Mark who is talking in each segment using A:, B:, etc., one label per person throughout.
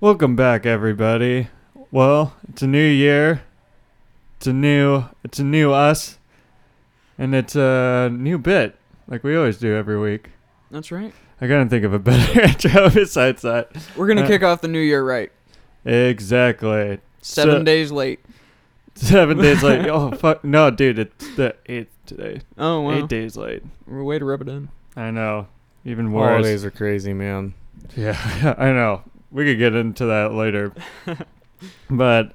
A: Welcome back, everybody. Well, it's a new year. It's a new. It's a new us, and it's a new bit, like we always do every week.
B: That's right.
A: I couldn't think of a better intro besides that.
B: We're gonna
A: Uh,
B: kick off the new year right.
A: Exactly.
B: Seven
A: So-
B: days late.
A: Seven days late. Oh fuck! No, dude, it's the eighth today.
B: Oh wow.
A: Eight days late.
B: Way to rub it in.
A: I know. Even worse.
C: Holidays are crazy, man.
A: Yeah, I know. We could get into that later. but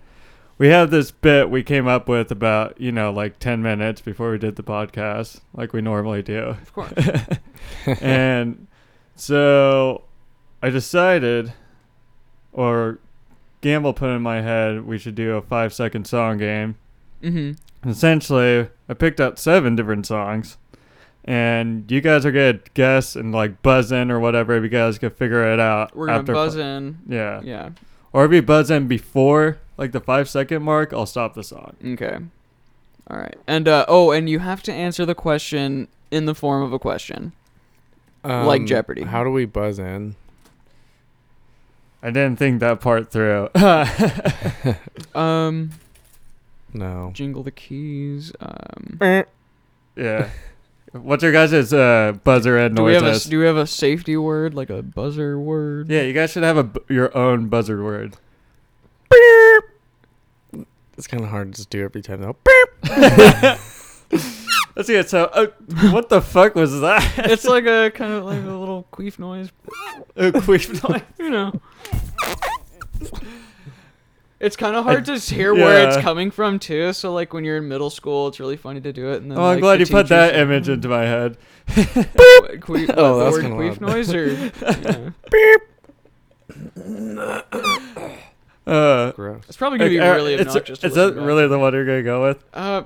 A: we have this bit we came up with about, you know, like 10 minutes before we did the podcast, like we normally do.
B: Of course.
A: and so I decided, or Gamble put in my head, we should do a five second song game.
B: mm-hmm.
A: Essentially, I picked out seven different songs. And you guys are gonna guess and like buzz in or whatever if you guys can figure it out.
B: We're gonna
A: after
B: buzz in.
A: yeah.
B: Yeah.
A: Or if you buzz in before like the five second mark, I'll stop the song.
B: Okay. All right. And uh, oh, and you have to answer the question in the form of a question. Like Jeopardy.
C: Um, How do we buzz in?
A: I didn't think that part through.
B: Um,
C: No.
B: jingle the keys. Um,
A: yeah. What's your guys' uh, buzzer end
B: do we have a
A: noises?
B: do we have a safety word like a buzzer word?
A: yeah, you guys should have a bu- your own buzzer word.
C: It's kind of hard to just do every time though.
A: Let's see it. So, uh, what the fuck was that?
B: it's like a kind of like a little queef noise.
A: A queef noise.
B: you know. It's kind of hard to hear where it's
A: yeah.
B: coming from too. So like when you're in middle school, it's really funny to do it. And then
A: Oh, I'm
B: like,
A: glad
B: the
A: you put that
B: teachers-
A: image into my head.
B: What, queef, what,
C: Oh, that was
B: word
C: kinda
B: queef
C: loud.
B: noise or yeah.
A: Uh,
C: Gross.
B: it's probably gonna be
A: uh,
B: really
A: it's-
B: obnoxious. to
A: Is
B: listen
A: that
B: back.
A: really the one you're gonna go with?
B: Uh,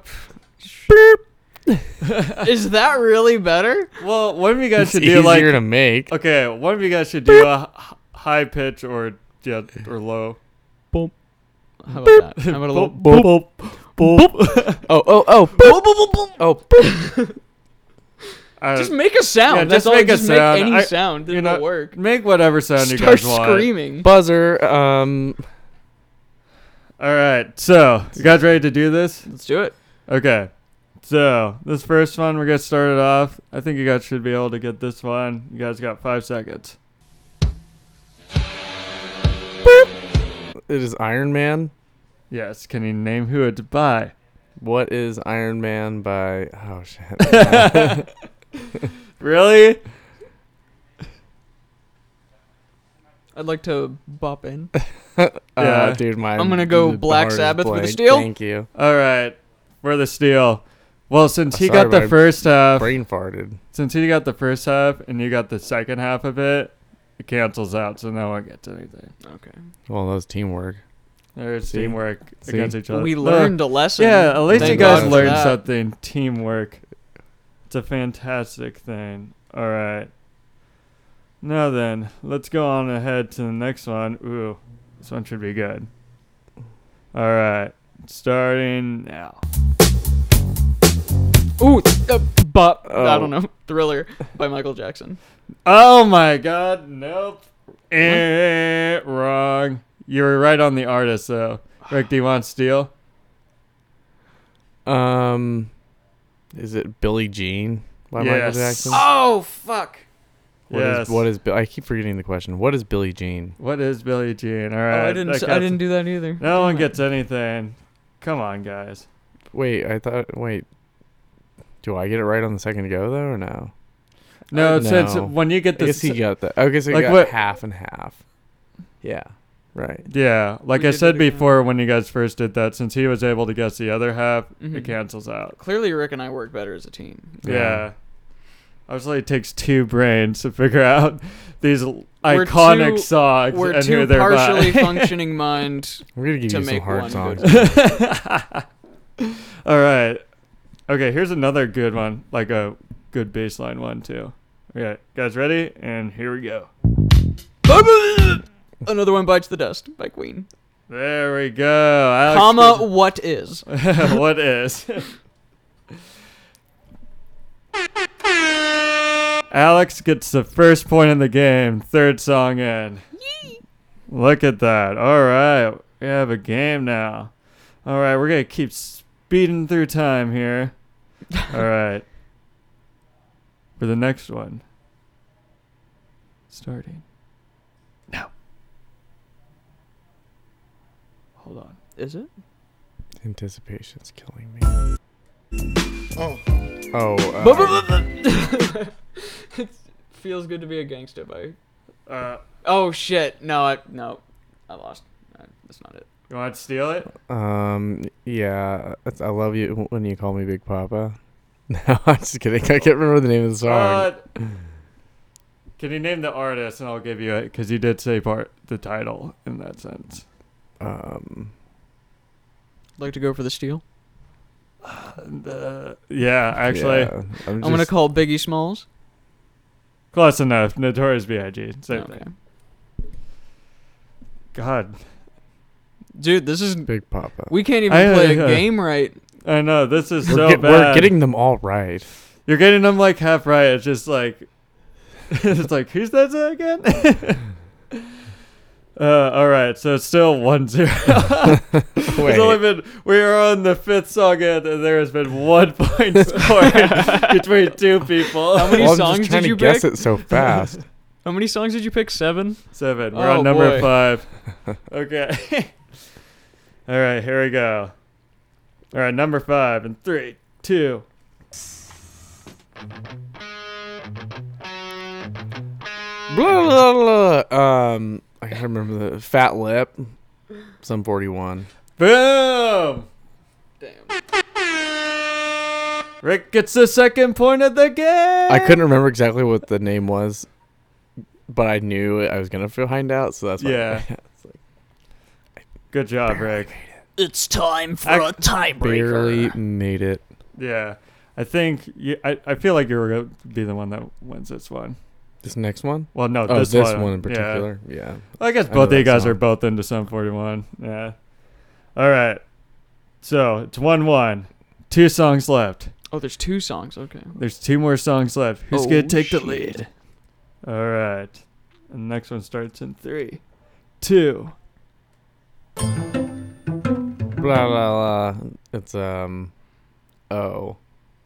B: is that really better?
A: Well, one of you guys
C: It's
A: should
C: easier
A: do like
C: to make.
A: Okay, one of you guys should do a h- high pitch or yeah or low.
B: How about that? How about a little?
A: boop, boop,
C: Oh, oh, oh,
B: Boom, boom, boom, boom.
C: oh.
A: I
B: Just
A: don't-
B: make a sound.
A: Yeah,
B: That's
A: just
B: all.
A: make a
B: just make
A: sound.
B: any
A: I-
B: sound.
A: you're
B: It'll
A: not-
B: work.
A: make whatever sound you
B: Start
A: guys want.
B: screaming.
C: Buzzer. Um.
A: All right, so you guys ready to do this?
B: Let's do it.
A: Okay, so this first one we're gonna start it off. I think you guys should be able to get this one. You guys got five seconds.
C: It is Iron Man.
A: Yes, can you name who it's by?
C: What is Iron Man by? Oh shit.
A: Really?
B: I'd like to bop in.
C: Uh,
A: Yeah.
C: dude, my.
B: I'm gonna go
C: the
B: Black
C: hardest
B: Sabbath with a
C: blank.
B: steel.
C: Thank you.
A: All right, for the steal. Well, since he
C: Sorry,
A: got the
C: but I
A: first half,
C: Brain farted.
A: since he got the first half and you got the second half of it, it cancels out, so no one gets anything.
B: Okay.
C: Well, that was teamwork.
A: There's
C: See?
A: teamwork
C: See?
A: against each other.
B: We
A: Look,
B: learned a lesson.
A: Yeah, at least
C: Thank
A: you guys
C: God for
A: learned
B: that.
A: something. Teamwork. It's a fantastic thing. All right. Now then, let's go on ahead to the next one. Ooh, this one should be good. All right, starting now.
B: Ooh, uh, bop. I
C: Oh.
B: don't know. Thriller by Michael Jackson.
A: Oh my God! Nope. Eh, wrong. You were right on the artist though. Rick, do you want steel?
C: Um, is it Billie Jean by Michael
A: Yes.
C: Jackson?
B: Oh fuck.
C: What is
A: Yes.
C: what is Bi- I keep forgetting the question. What is Billie Jean?
A: What is Billie Jean? All right.
B: oh, I
A: that
B: didn't. I
A: counts.
B: didn't do that either.
A: No one
B: Damn it.
A: gets anything. Come on, guys.
C: Wait, I thought. Wait, do I get it right on the second go though, or no?
A: No, since
C: no.
A: when you get
C: I
A: the
C: guess he
A: s-
C: got that. Okay, so he
A: Like
C: got
A: what-
C: half and half. Yeah, right.
A: yeah, like
B: We
A: I
B: did it
A: said
B: again.
A: before, when you guys first did that, since he was able to guess the other half,
B: Mhm.
A: it cancels out.
B: Clearly, Rick and I work better as a team.
A: Yeah.
C: Yeah.
A: Obviously, it takes two brains to figure out these l-
B: We're
A: iconic
B: too-
A: songs
B: We're
A: and who
B: two
A: they're
B: partially
A: by.
B: functioning mind.
C: We're gonna give
B: To
C: you some
B: make one
C: hard songs.
B: good-
A: All right. Okay, here's another good one, like a good baseline one too. Okay, guys, ready? And here we go.
B: Another one bites the dust by Queen.
A: There we go. Alex
B: Comma. What is?
A: did- what is? Alex gets the first point in the game. Third song in. Look at that. All right. We have a game now. All right. We're going to keep speeding through time here. All right. For the next one. Starting. No. Hold on.
B: Is it?
C: Anticipation's killing me. Oh.
B: Bu-
C: Oh.
B: bu- bu- bu- it feels good to be a gangster by.
A: Uh,
B: Oh shit! No, I no, I lost. Uh, That's not it.
A: you want to steal it?
C: uh, um. Yeah. that's- I love you when you call me Big Papa. No, I'm just kidding. I can't remember the name of the song.
A: Uh, can you name the artist and I'll give you it? Because you did say part the title in that sense.
C: um.
B: Like to go for the steal.
A: Uh, yeah, actually,
C: yeah, I'm,
B: I'm gonna
C: just-
B: call Biggie Smalls.
A: close enough. Notorious B.I.G. Same
B: Okay.
A: thing. God,
B: Dude, this is
C: Big Papa.
B: we can't even
A: I-
B: play a
A: uh,
B: game right.
A: I know this is
C: We're
A: so
C: get-
A: bad.
C: we're getting them all right.
A: You're getting them like half right. It's just like, it's like who's that again? uh, all right, so it's still one zero. It's only
C: Wait.
A: been we are on the fifth song in, and there has been one point scored between two people.
B: How many
C: Well, I'm
B: songs
C: just trying
B: did you
C: to guess
B: pick?
C: it so fast.
B: How many songs did you pick? Seven.
A: Seven. We're
B: Oh,
A: on number
B: boy.
A: five. Okay. All right, here we go. All right, number five in three, two.
C: blah, blah, blah. Um, I gotta remember the Fat Lip. Some 41.
A: Boom!
B: Damn.
A: Rick gets the second point of the game.
C: I couldn't remember exactly what the name was, but I knew I was gonna find out, so that's why.
A: Yeah.
C: It's like
A: Good job, Rick.
B: It's time for
A: I-
B: a tiebreaker.
C: barely made it.
A: Yeah, I think you, I. I feel like you're gonna be the one that wins this one.
C: This next one?
A: Well, no,
C: oh,
A: this, one,
C: in
A: Yeah.
C: particular. Yeah.
A: I guess
C: I know
A: both of you
C: that
A: guys are
C: song.
A: both into Sum 41. Yeah. All right. So it's 1 1. Two songs left.
B: Oh, there's two songs. Okay.
A: There's two more songs left. Who's
B: Oh,
A: going to take
B: shit.
A: the lead? All right. And the next one starts in three, two.
C: Blah blah blah. It's um. Oh.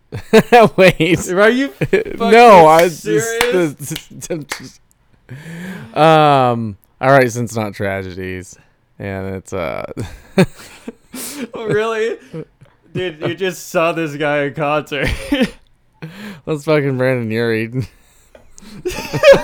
C: Wait.
A: Are you?
C: no, I was just,
A: serious?
C: this- this- I'm just- um. All right, since not tragedies, and it's uh.
A: oh, really? Dude, you just saw this guy in concert.
C: Let's fucking Brandon Urie,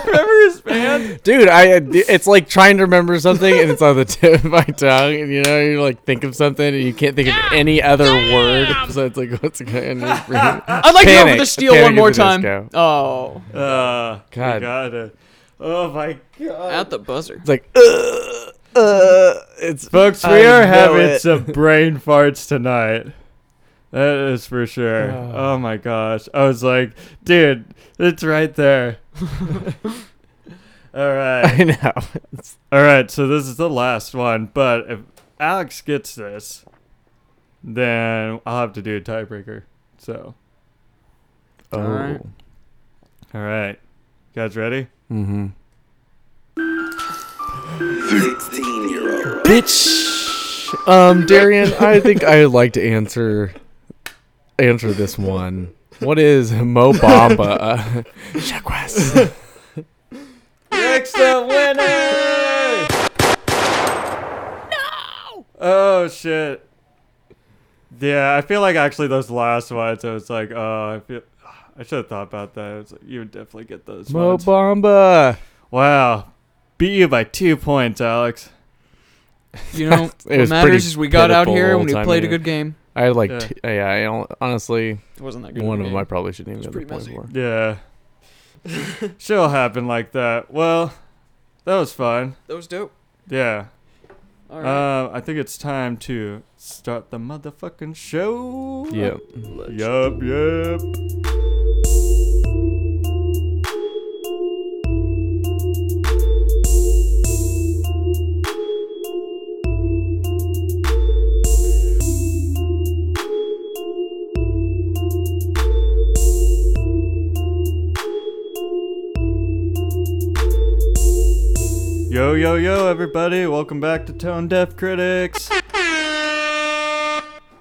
A: Remember his band?
C: dude. I it's like trying to remember something and it's on the tip of my tongue, and you know you like think of something and you can't think of any other word, so it's like what's going on?
B: I'd like to go for
C: Panic.
B: the steal
C: Panic
B: one more
C: at the
B: time.
C: Disco.
B: Oh,
A: Uh,
C: God.
A: Got it. Oh my God.
B: at the buzzer.
C: It's like uh, uh, it's
A: Folks, we
C: I
A: are
C: know
A: having
C: it.
A: some brain farts tonight. That is for sure.
C: Oh.
A: Oh my gosh. I was like, dude, it's right there. All right.
C: I know. It's,
A: All right. So this is the last one. But if Alex gets this, then I'll have to do a tiebreaker. So,
C: oh.
B: Alright.
A: all right. You guys ready?
C: Mm-hmm.
D: 16 year old.
C: Bitch. Um, Darian, I think I would like to answer answer this one. What is Mo Bamba? Check West.
A: Rick's the winner! No! Oh shit. Yeah, I feel like actually those last ones, I was like, oh, I feel. I should have thought about that. It's like, you would definitely get those
C: Mo
A: ones.
C: Bamba.
A: wow, beat you by two points, Alex.
B: You know,
C: It
B: what
C: was pretty
B: matters is we got out
C: pitiful
B: here and
C: old
B: we
C: time
B: played a
C: here.
B: good game.
C: I had like,
A: Yeah.
C: yeah, yeah I don't, honestly,
B: It wasn't that good.
C: one of
B: a
C: them
B: game.
C: I probably shouldn't even
B: It's
C: get the
B: pretty
C: point
B: messy.
A: Yeah,
C: for.
A: she'll happen like that. Well, that was fun.
B: That was dope.
A: Yeah.
B: All right.
A: Uh, I think it's time to start the motherfucking show.
C: Yep.
A: Yup. Yup. Yo, yo, yo, yo, everybody. Welcome back to Tone Deaf Critics.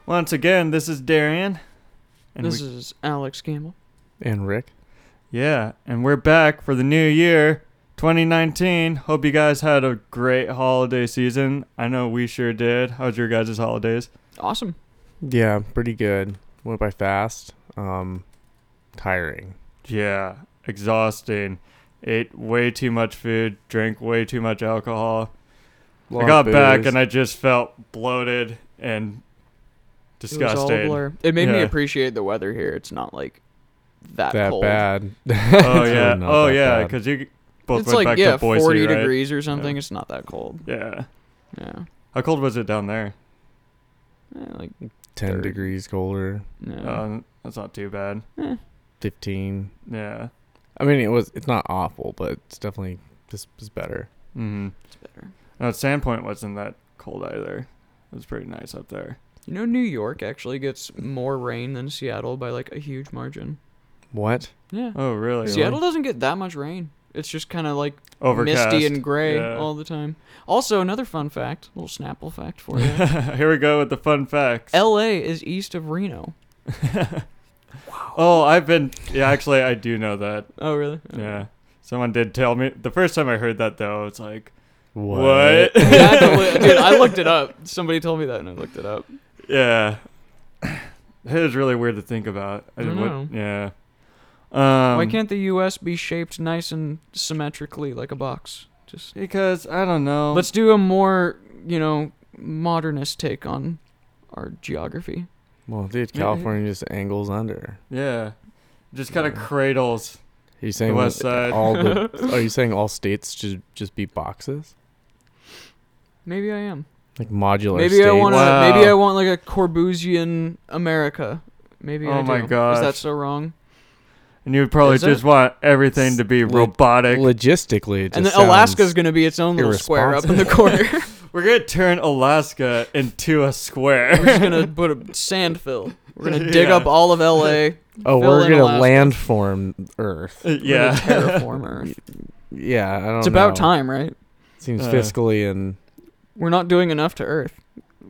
A: Once again, this is Darian. And
B: this
A: we-
B: is Alex Campbell.
C: And Rick.
A: yeah, and we're back for the new year, 2019. Hope you guys had a great holiday season. I know we sure did. How's your guys' holidays?
B: Awesome.
C: Yeah, pretty good. Went by fast. Um, tiring.
A: Yeah, exhausting. Ate way too much food, drank way too much alcohol. I got back and I just felt bloated and
B: It was all a
A: disgusted.
B: blur. It made me
A: Yeah.
B: appreciate the weather here. It's not like that,
C: that
B: cold.
C: bad.
A: oh
C: really
A: yeah,
C: not
A: oh
C: that
A: yeah,
C: bad.
A: because you both
B: It's
A: went
B: like
A: back
B: yeah,
A: to Boise,
B: 40
A: right?
B: degrees or something. It's not that cold.
A: Yeah.
B: Yeah.
A: How cold was it down there?
B: Eh, like
C: Ten
B: Third.
C: degrees colder.
B: no.
A: Um, that's not too bad.
C: Fifteen.
A: Yeah.
C: I mean, it was. It's not awful, but it's definitely this is better.
A: Mm-hmm.
B: it's better.
A: No, Sandpoint wasn't that cold either. It was pretty nice up there.
B: You know, New York actually gets more rain than Seattle by like a huge margin.
C: What?
B: Yeah.
A: Oh really?
B: Seattle doesn't get that much rain. It's just kind of like
A: Overcast.
B: misty and gray
A: Yeah.
B: all the time. Also, another fun fact, little Snapple fact for you.
A: Here we go with the fun facts.
B: L.A. is east of Reno.
A: oh, I've been. Yeah, actually, I do know that.
B: Oh, really?
A: Yeah. Someone did tell me the first time I heard that though. It's like
C: What?
A: what?
B: Yeah, I had to look- dude, I looked it up. Somebody told me that, and I looked it up.
A: Yeah. It is really weird to think about.
B: I
A: didn't
B: know.
A: yeah. Um,
B: Why can't the U.S. be shaped nice and symmetrically like a box? Just
A: Because I don't know.
B: let's do a more, you know, modernist take on our geography.
C: Well, dude,
A: Yeah.
C: California just angles under.
A: yeah. Just kind of
C: Yeah.
A: cradles.
C: Are you saying
A: West
C: that
A: Side.
C: all the? Are you saying all states should just be boxes,
B: Maybe I am.
C: like modular?
B: maybe
C: states?
B: I want to.
A: Wow.
B: Maybe I want like a Corbusian America. Maybe. I
A: Oh my
B: do.
A: gosh.
B: Is that so wrong?
A: And you would probably
B: Is
A: just want everything to be
C: Lit-
A: robotic.
C: Logistically, it
B: and then
C: just
B: Alaska's
C: sounds-
B: gonna be its own little square up in the corner.
A: We're going to turn Alaska into a
B: We're
A: square.
B: just gonna put a sand fill. We're gonna dig up
A: Yeah.
B: all of L.A.
C: Oh,
B: fill
C: we're
B: in
C: gonna
B: Alaska.
C: landform Earth.
B: We're gonna
A: yeah.
B: terraform Earth.
C: Yeah, I don't
B: It's about
C: know.
B: time, right?
C: Seems
A: Uh,
C: fiscally and
B: We're not doing enough to Earth.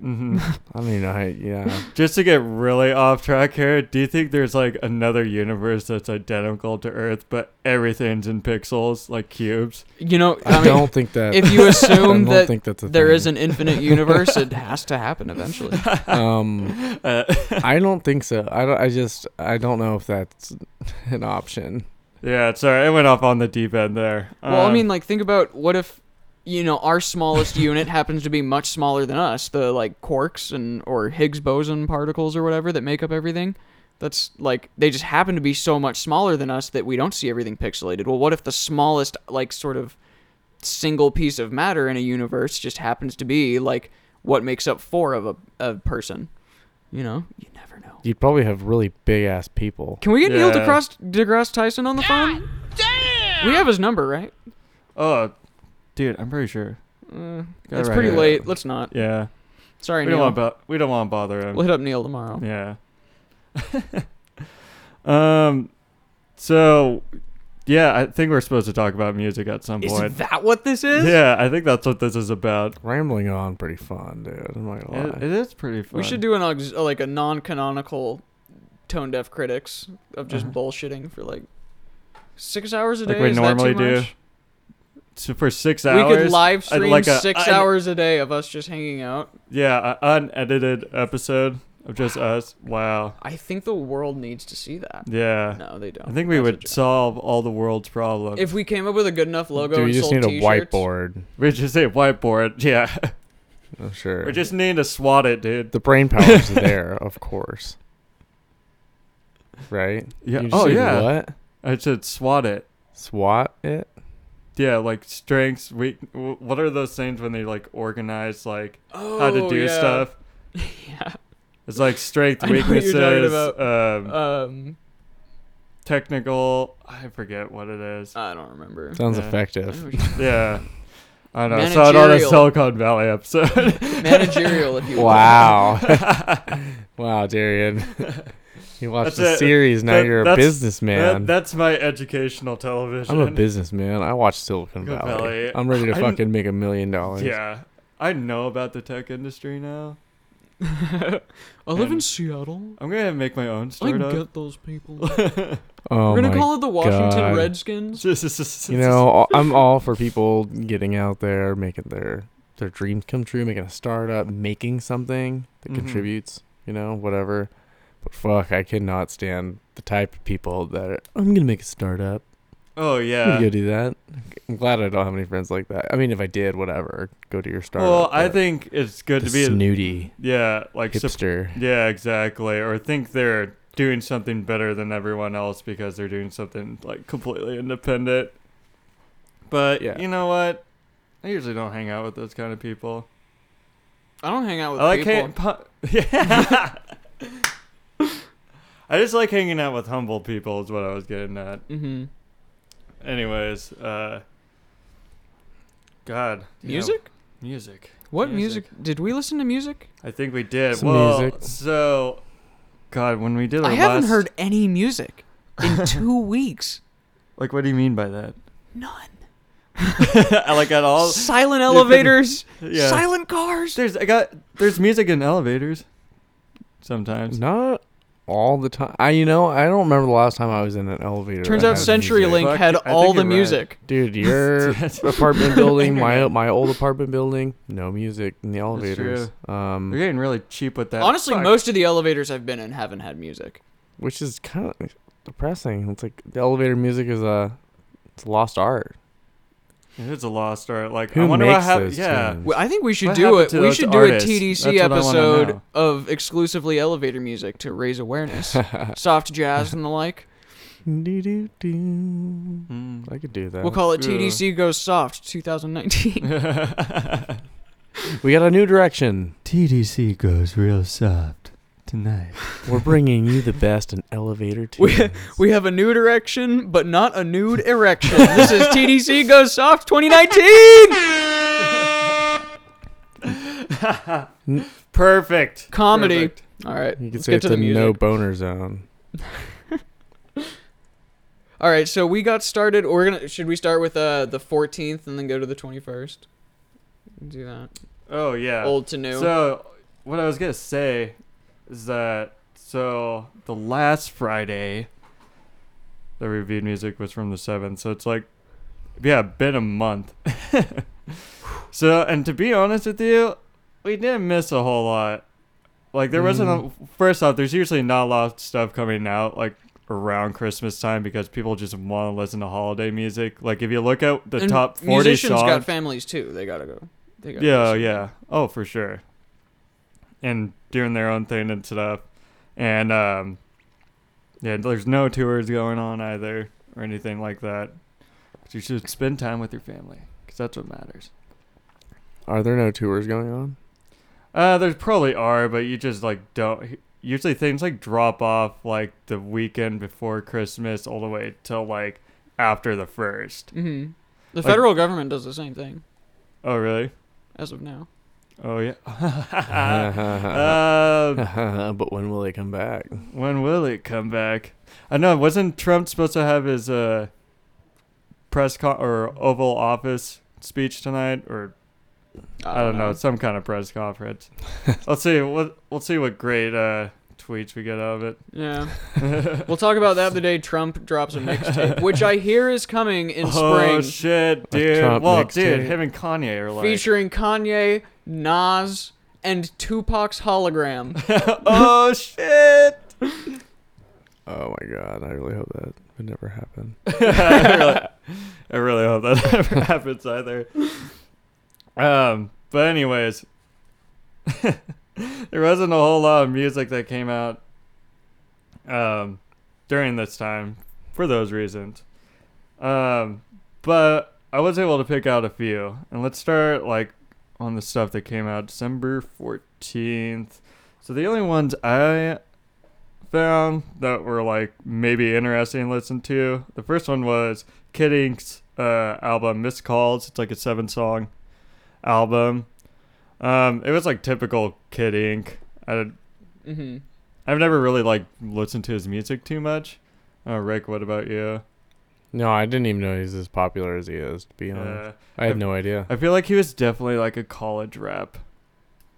A: hmm
C: I don't even know how. Yeah,
A: Just to get really off track here, do you think there's like another universe that's identical to Earth, but everything's in pixels, like cubes?
B: You know, I,
C: I,
B: mean,
C: don't think that.
B: if you
C: I don't
B: assume that
C: think that's a
B: there
C: thing.
B: is an infinite universe, it has to happen eventually.
C: Um,
A: Uh,
C: I don't think so. I don't. I just. I don't know if that's an option.
A: yeah, sorry, I went off on the deep end there.
B: Well, I
A: Um,
B: mean, like, think about what if, you know, our smallest unit happens to be much smaller than us, the like quarks and or Higgs boson particles or whatever that make up everything. That's like they just happen to be so much smaller than us that we don't see everything pixelated. Well, what if the smallest like sort of single piece of matter in a universe just happens to be like what makes up four of a, a person? You know, you never know.
C: You'd probably have really big ass people.
B: Can we get Neil
A: Yeah.
B: deGrasse, deGrasse Tyson on the phone? Damn! We have his number, right?
A: Oh, dude, I'm pretty sure.
B: Uh,
A: Got
B: it's
A: it right
B: pretty
A: here.
B: late. Let's not.
A: Yeah,
B: Sorry,
A: we don't
B: Neil.
A: want bo- we don't want to bother him.
B: we'll hit up Neil tomorrow.
A: Yeah. um. So, yeah, I think we're supposed to talk about music at some
B: Is
A: point.
B: that what this is?
A: Yeah, I think that's what this is about.
C: Rambling on, pretty fun, dude. I'm not gonna lie.
A: It, it is pretty fun.
B: We should do an aux- like a non-canonical tone deaf critics of just
A: Uh-huh.
B: bullshitting for like six hours a day.
A: Like we
B: Is that
A: normally
B: too
A: do.
B: much?
A: So for six
B: We
A: hours.
B: could live
A: I'd
B: stream
A: like a-
B: six
A: I-
B: hours a day of us just hanging out.
A: Yeah, an unedited episode of just us. Wow.
B: I think the world needs to see that.
A: Yeah.
B: No, they don't.
A: I think we
B: That's a
A: would
B: joke.
A: solve all the world's problems.
B: If we came up with a good enough logo,
C: Dude, we
B: and
C: just
B: sold
C: need a
B: t-shirts,
C: whiteboard.
A: we just say whiteboard. Yeah.
C: I'm sure.
A: we just need to swat it, dude.
C: the brain power's there, of course. Right?
A: Yeah.
C: You just
A: Oh
C: need
A: yeah.
C: What?
A: I said swat it.
C: SWAT it?
A: Yeah, like strengths. Weak. w- What are those things when they like organize like
B: Oh,
A: how to do
B: yeah.
A: stuff? It's like strength,
B: I know what you're
A: weaknesses,
B: talking
A: um,
C: Uh,
B: yeah. Um,
A: technical. I forget what it is.
C: uh,
B: I don't remember.
C: Sounds
A: Yeah.
B: I know
C: effective.
B: what you-
A: yeah. I know. I saw it on a
B: Managerial.
A: Silicon Valley episode.
B: Managerial, if you will.
C: Wow. wow, Darian. You
A: That's
C: watched the
A: it.
C: series. Now
A: That-
C: you're a
A: that's-
C: businessman.
A: That, that's my educational television.
C: I'm a businessman. I watch Silicon
A: Good
C: Valley.
A: Valley.
C: I'm ready to
A: I'm-
C: fucking make a million dollars.
A: Yeah, I know about the tech industry now.
B: I live in
A: And-
B: Seattle.
A: I'm gonna make my own
B: I
A: startup.
B: get those people.
C: Oh
B: We're gonna
C: my
B: call it the Washington
C: God.
B: Redskins.
C: you know all- i'm all for people getting out there making their their dreams come true making a startup making something that
A: Mhm.
C: contributes you know whatever but fuck i cannot stand the type of people that are, i'm gonna make a startup
A: Oh
C: i'm gonna
A: yeah.
C: go do that i'm glad i don't have any friends like that i mean if i did whatever go to your startup
A: Well, I
C: but
A: think it's good
C: the
A: to be.
C: snooty
A: yeah, like sup-
C: hipster
A: Yeah, exactly. Or think they're doing something better than everyone else because they're doing something like completely independent. But
C: Yeah.
A: you know what? I usually don't hang out with those kind of people.
B: I don't hang out Oh, with
A: I like
B: people.
A: hang- pu- yeah. I just like hanging out with humble people is what I was getting at.
B: mm-hmm.
A: Anyways, uh God. yeah,
B: Music?
A: music.
B: What music. Did we listen to music?
A: I think we did.
C: Some
A: well,
C: music.
A: so God, when we did our
B: I haven't
A: last-
B: heard any music in two weeks.
A: Like, what do you mean by that?
B: None.
A: like at all?
B: silent elevators.
A: Yeah.
B: Silent cars.
A: There's I got there's music in elevators. Sometimes.
C: not all the time i you know i don't remember the last time i was in an elevator
B: Turns
C: that
B: out
C: had
B: CenturyLink
C: music.
A: Fuck,
B: had
A: I think
B: all the
A: you're right.
B: music.
C: Dude, your apartment building, my my old apartment building, no music in the elevators.
A: They're
C: Um,
A: getting really cheap with that.
B: Honestly,
A: Fuck.
B: most of the elevators I've been in haven't had music.
C: which is kind of depressing. It's like the elevator music is a it's a lost art.
A: It's a lost art. Like I
C: Who
A: wonder
C: makes
A: what hap-
C: those
A: Yeah.
C: tunes?
B: Well, I think we should
A: What
B: do
A: happened
B: it.
A: to
B: We
A: those
B: should
A: artists?
B: do a TDC
A: That's what I wanna
B: episode
A: know.
B: of exclusively elevator music to raise awareness, soft jazz and the like.
C: Do-do-do.
A: Mm.
C: I could do that.
B: We'll call it
A: Yeah.
B: TDC Goes Soft 2019.
C: we got a new direction.
A: TDC goes real soft tonight.
C: We're bringing you the best in elevator
B: We-
C: tunes.
B: we have a new direction, but not a nude erection. this is TDC Goes Soft 2019
A: Perfect.
B: comedy.
A: Perfect.
B: All right,
C: you could
B: let's
C: say
B: get
C: it's
B: to the
C: a
B: music.
C: no boner zone.
B: All right, so we got started. We're gonna. Should we start with uh the 14th and then go to the 21st? Do that.
A: Oh yeah.
B: Old to new.
A: So, what I was gonna say is that so the last Friday the reviewed music was from the seventh, so it's like yeah, been a month. so, and to be honest with you, we didn't miss a whole lot. Like there wasn't
B: Mm.
A: a first off, there's usually not a lot of stuff coming out like around Christmas time because people just want to listen to holiday music. Like if you look at the
B: And
A: top forty
B: musicians
A: songs,
B: got families too. They gotta go. They gotta
A: yeah,
B: go.
A: yeah. Oh, for sure. And doing their own thing and stuff. And um yeah, there's no tours going on either or anything like that. 'Cause you should spend time with your family cuz that's what matters.
C: Are there no tours going on?
A: Uh there's probably are, but you just like don't usually things like drop off like the weekend before Christmas all the way till like after the 1st.
B: hmm The
A: Like-
B: federal government does the same thing
A: Oh, really?
B: as of now.
A: Oh yeah. uh,
C: but when will they come back?
A: When will it come back? I know. Wasn't Trump supposed to have his uh, press con- or Oval Office speech tonight, or I don't know, some kind of press conference? Let's see what we'll see what great uh, tweets we get out of it.
B: Yeah, we'll talk about that the day Trump drops a mixtape, which I hear is coming in
A: oh
B: spring,
A: shit, dude!
C: Trump
A: well,
C: mixtape.
A: dude, him and Kanye are like,
B: featuring Kanye, Nas, and Tupac's hologram.
A: oh shit!
C: Oh my god, I really hope that would never happen.
A: I, really, I really hope that never happens either. Um, but anyways, there wasn't a whole lot of music that came out um, during this time for those reasons. Um, but I was able to pick out a few, and let's start like on the stuff that came out December fourteenth. So the only ones I found that were like maybe interesting to listen to. The first one was Kid Ink's uh, album Missed Calls. It's like a seven song album. Um, it was like typical Kid Ink. I,
B: hmm
A: I've never really like listened to his music too much. Oh, Rick, what about you?
C: No, I didn't even know he's as popular as he is. To be honest,
A: Uh,
C: I had no idea.
A: I feel like he was definitely like a college rap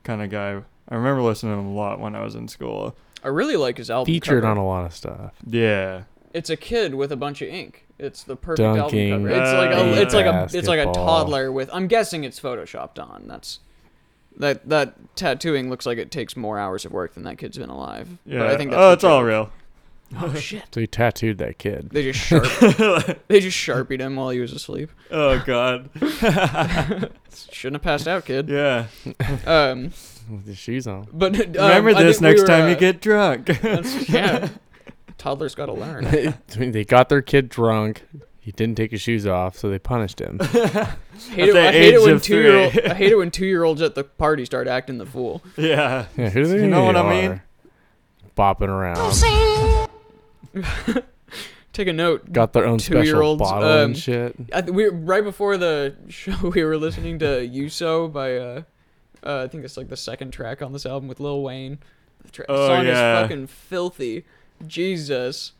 A: kind of guy. I remember listening to him a lot when I was in school.
B: I really like his album.
C: Featured
B: cover.
C: on a lot of stuff.
A: Yeah.
B: It's a kid with a bunch of ink. It's the perfect
C: Dunking.
B: album cover. It's like a
A: Uh,
B: it's like a it's like a
C: basketball.
B: toddler with. I'm guessing it's photoshopped on. That's that that tattooing looks like it takes more hours of work than that kid's been alive.
A: Yeah.
B: But I think that's
A: oh,
B: the
A: it's all
B: joke.
A: real.
B: Oh shit!
C: So he tattooed that kid.
B: They just sharp they just sharpied him while he was asleep.
A: oh God.
B: Shouldn't have passed out, kid.
A: Yeah.
B: Um,
C: With his shoes on.
B: but um,
A: Remember
B: I
A: this
B: think we
A: next
B: were,
A: time you
B: uh,
A: get drunk.
B: that's- yeah. Toddlers got to learn.
C: they got their kid drunk. He didn't take his shoes off, so they punished him.
B: Hate
A: At
B: it,
A: the
B: I hate
A: age
B: it when
A: of
B: two year old,
A: three.
B: I hate it when two year olds at the party start acting the fool.
A: yeah.
C: Yeah, who do
A: You
C: they
A: know what I
C: are?
A: mean?
C: Bopping around.
B: Take a note.
C: Got their own special
B: Two-year-olds,
C: bottle
B: um,
C: and shit.
B: I th- we right before the show we were listening to "Yuso" by uh, uh, I think it's like the second track on this album with Lil Wayne. The tra-
A: Oh,
B: song
A: yeah.
B: is fucking filthy. Jesus.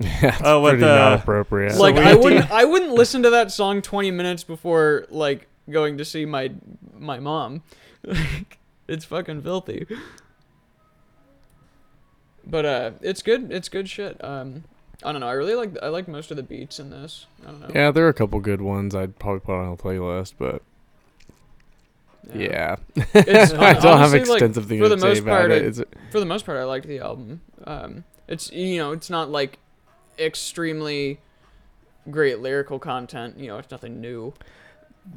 C: Yeah, it's
A: Oh, what
C: pretty
A: the-
C: not appropriate.
A: So
B: like
A: we
B: I
A: have to-
B: wouldn't I wouldn't listen to that song 20 minutes before like going to see my my mom. Like it's fucking filthy. But uh it's good it's good shit. Um I don't know. I really like I like most of the beats in this. I don't know.
C: yeah, there are a couple good ones I'd probably put on a playlist, but yeah,
B: It's,
C: I don't have
B: honestly, like,
C: extensive things
B: for the
C: to say
B: most
C: about
B: part,
C: it.
B: I-
C: It's-
B: for the most part I liked the album. Um it's you know, it's not like extremely great lyrical content, you know, it's nothing new,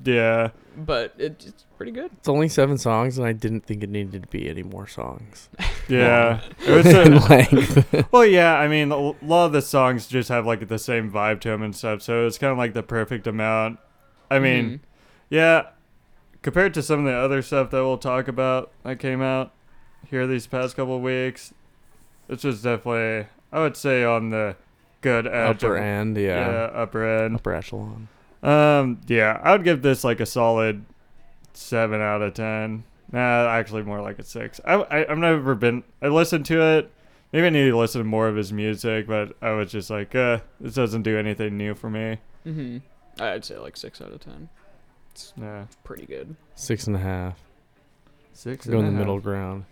A: Yeah.
B: but it, it's pretty good.
C: It's only seven songs, and I didn't think it needed to be any more songs.
A: Yeah. It was a-
C: Length.
A: Well, yeah, I mean, a lot of the songs just have like the same vibe to them and stuff, so it's kind of like the perfect amount. I mean,
B: Mhm.
A: yeah, compared to some of the other stuff that we'll talk about that came out here these past couple weeks, this was definitely, I would say, on the good edge.
C: upper
A: of-
C: end, yeah.
A: Yeah, upper end.
C: upper echelon.
A: Um, yeah, I would give this like a solid seven out of ten. Nah, actually more like a six. I, I I've never been. I listened to it. Maybe I need to listen to more of his music, but I was just like, uh, this doesn't do anything new for me.
B: Mm-hmm. I'd say like six out of ten. It's
A: Yeah,
B: pretty good.
C: Six and a half.
A: six.
C: Go in the middle ground.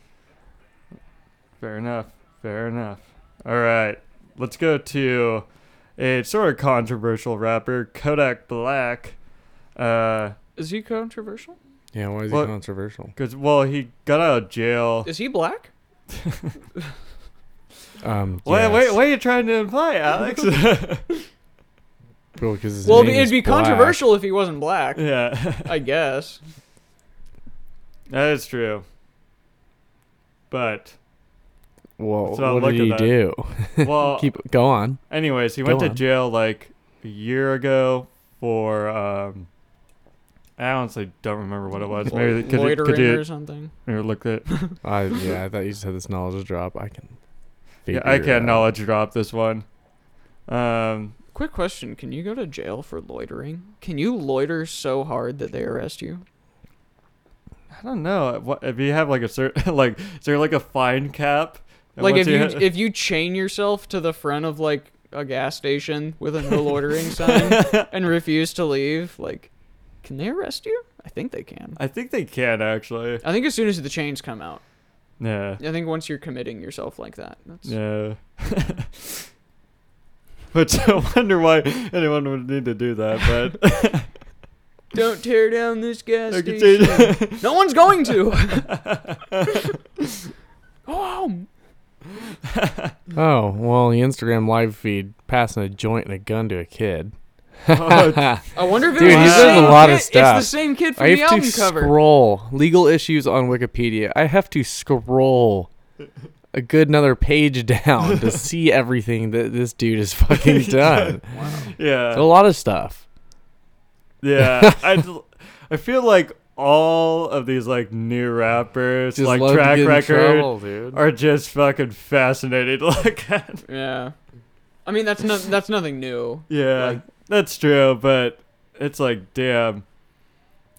A: Fair enough. Fair enough. All right, let's go to a sort of controversial rapper, Kodak Black. Uh,
B: Is he controversial?
C: Yeah, why is
A: What?
C: it controversial?
A: cause well, he got out of jail.
B: Is he black?
C: Um,
A: Wait,
C: yes.
A: wait, what are you trying to imply, Alex?
C: Well, 'cause his
B: well, it'd
C: name
B: be, it'd
C: is
B: be
C: Black.
B: controversial if he wasn't black.
A: yeah.
B: I guess.
A: That is true. But
C: Well,
A: So I
C: what
A: looked
C: did
A: at
C: he
A: that.
C: do?
A: well,
C: Keep go on.
A: anyways, he
C: Go
A: went to
C: on.
A: jail like a year ago for um I honestly don't remember what it was. Maybe
B: Lo-
A: could you,
B: loitering
A: could
B: or
A: you
B: something.
A: maybe look at
C: I yeah, I thought you said this knowledge drop. I can.
A: yeah, I
C: figure it
A: can't
C: out.
A: knowledge drop this one. Um
B: Quick question: Can you go to jail for loitering? Can you loiter so hard that they arrest you?
A: I don't know. What if you have like a certain like is there like a fine cap? And
B: Like
A: once
B: if you
A: hit-
B: if you chain yourself to the front of like a gas station with a no loitering sign and refuse to leave, like, can they arrest you? I think they can.
A: I think they can actually.
B: I think as soon as the chains come out.
A: Yeah.
B: I think once you're committing yourself like that, that's
A: Yeah. Which I wonder why anyone would need to do that, but
B: don't tear down this gas
A: I could say
B: station. no one's going to. Go home.
C: Oh well, the Instagram live feed passing a joint and a gun to a kid.
A: Oh,
B: I wonder if it
C: Dude,
B: was the
A: he's done a
B: same
C: lot
B: kid.
C: of stuff.
B: It's the same kid from
C: I
B: the
C: have
B: album
C: to
B: cover.
C: scroll legal issues on Wikipedia. I have to scroll a good another page down to see everything that this dude has fucking done. A
A: yeah.
C: lot of stuff.
A: Yeah. I, I feel like all of these like new rappers,
C: Just
A: like
C: love to
A: track
C: get in
A: record,
C: trouble, dude.
A: are just fucking fascinating to look at.
B: Yeah. I mean that's no, that's nothing new.
A: Yeah.
B: Like-
A: that's true, but it's like damn.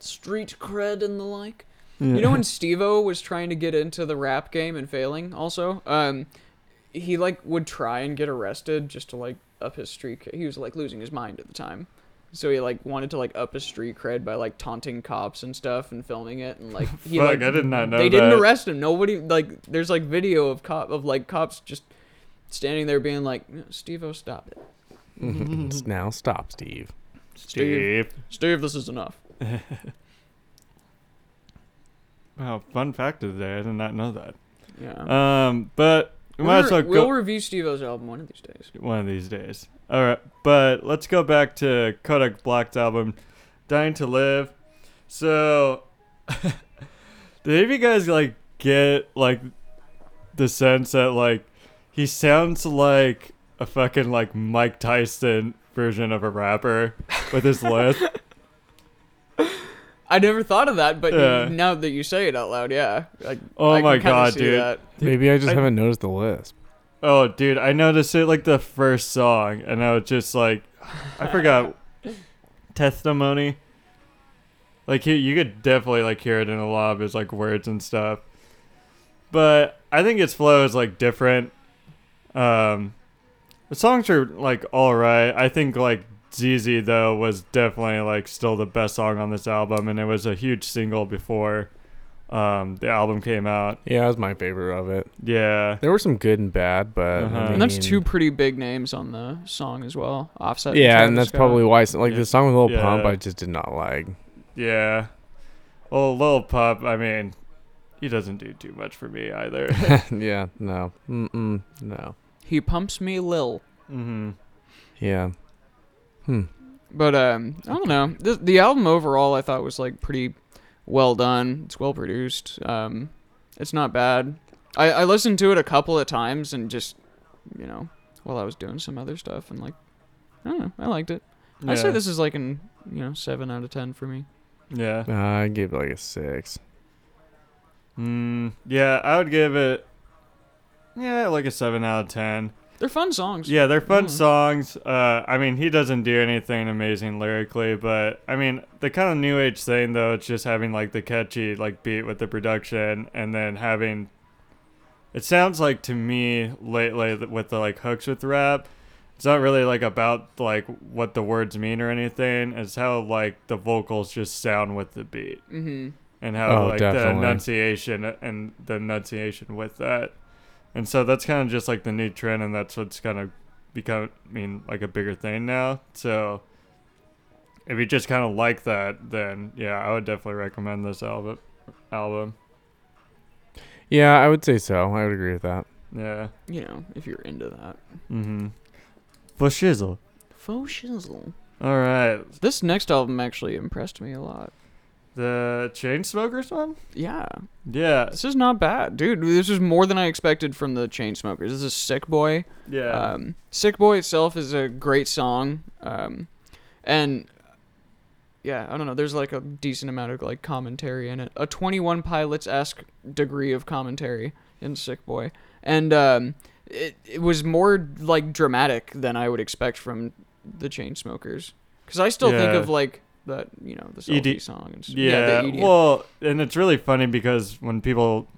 B: Street cred and the like.
A: Yeah.
B: You know when Steve-O was trying to get into the rap game and failing also? Um he like would try and get arrested just to like up his street cred. He was like losing his mind at the time. So he like wanted to like up his street cred by like taunting cops and stuff and filming it and like he
A: Fuck,
B: like
A: I did not know
B: they didn't
A: that.
B: arrest him. Nobody like there's like video of cop of like cops just standing there being like Steve-O stop it.
C: It's now stop, Steve.
B: Steve. Steve, this is enough.
A: Wow, fun fact of the day. I did not know that.
B: Yeah.
A: Um, but we
B: We'll
A: might as well
B: re- we'll
A: go
B: review Steve-O's album one of these days.
A: one of these days. All right, but let's go back to Kodak Black's album, "Dying to Live." So, did any of you guys like get like the sense that like he sounds like a fucking like Mike Tyson version of a rapper with his lisp?
B: I never thought of that, but
A: Yeah.
B: you- now that you say it out loud, yeah. Like,
A: Oh
B: I can
A: my
B: kinda
A: God,
B: see
A: dude.
B: that.
C: Maybe I just
A: I-
C: haven't noticed the lisp.
A: Oh, dude, I noticed it like the first song, and I was just like, I forgot testimony. Like he, you could definitely like hear it in a lot of his like words and stuff. But I think its flow is like different. Um, the songs are like all right. I think like ZZ though was definitely like still the best song on this album, and it was a huge single before um the album came out.
C: Yeah, that was my favorite of it.
A: Yeah.
C: There were some good and bad, but
A: Uh-huh.
C: I
B: And that's
C: mean-
B: two pretty big names on the song as well. Offset.
C: Yeah,
B: Travis
C: and that's
B: Scott.
C: probably why. Like
A: Yeah.
C: the song with Lil Pump,
A: Yeah.
C: I just did not like.
A: Yeah. Well, Lil Pup, I mean, he doesn't do too much for me either.
C: yeah, no, Mm-mm, no.
B: he pumps me lil.
A: mm-hmm.
C: Yeah. Hmm.
B: But um, I don't know. The, the album overall, I thought was like pretty well done. It's well produced. Um, it's not bad. I, I listened to it a couple of times and just, you know, while I was doing some other stuff and like, I don't know. I liked it. I say this is like an you know seven out of ten for me.
A: Yeah.
C: I give it like a six.
A: Mm, yeah, I would give it, yeah, like a 7 out of 10.
B: They're fun songs.
A: Yeah, they're fun
B: Mhm.
A: songs. Uh, I mean, he doesn't do anything amazing lyrically, but I mean, the kind of new age thing though, it's just having like the catchy like beat with the production, and then having. It sounds like to me lately that with the like hooks with rap, it's not really like about like what the words mean or anything. It's how like the vocals just sound with the beat,
B: Mm-hmm.
A: and how
C: Oh,
A: like
C: definitely.
A: the enunciation and the enunciation with that. And so that's kind of just like the new trend, and that's what's kind of become I mean like a bigger thing now. So if you just kind of like that, then yeah, I would definitely recommend this album. Album,
C: Yeah, I would say so. I would agree with that.
A: yeah.
B: You know, if you're into that.
A: Mm-hmm. For shizzle.
B: Faux shizzle.
A: All right,
B: This next album actually impressed me a lot.
A: the chain smokers one.
B: Yeah,
A: Yeah,
B: this is not bad, dude. This is more than I expected from the Chainsmokers. This is Sick Boy.
A: yeah,
B: Um, Sick Boy itself is a great song, um, and yeah, I don't know. There's like a decent amount of like commentary in it, a 21 Pilots esque degree of commentary in Sick Boy, and um, it it was more like dramatic than I would expect from the Chainsmokers, because I still think
A: Yeah.
B: of like that you know the
A: ED
B: selfie song and s-
A: yeah.
B: the E EDM.
A: well, and it's really funny because when people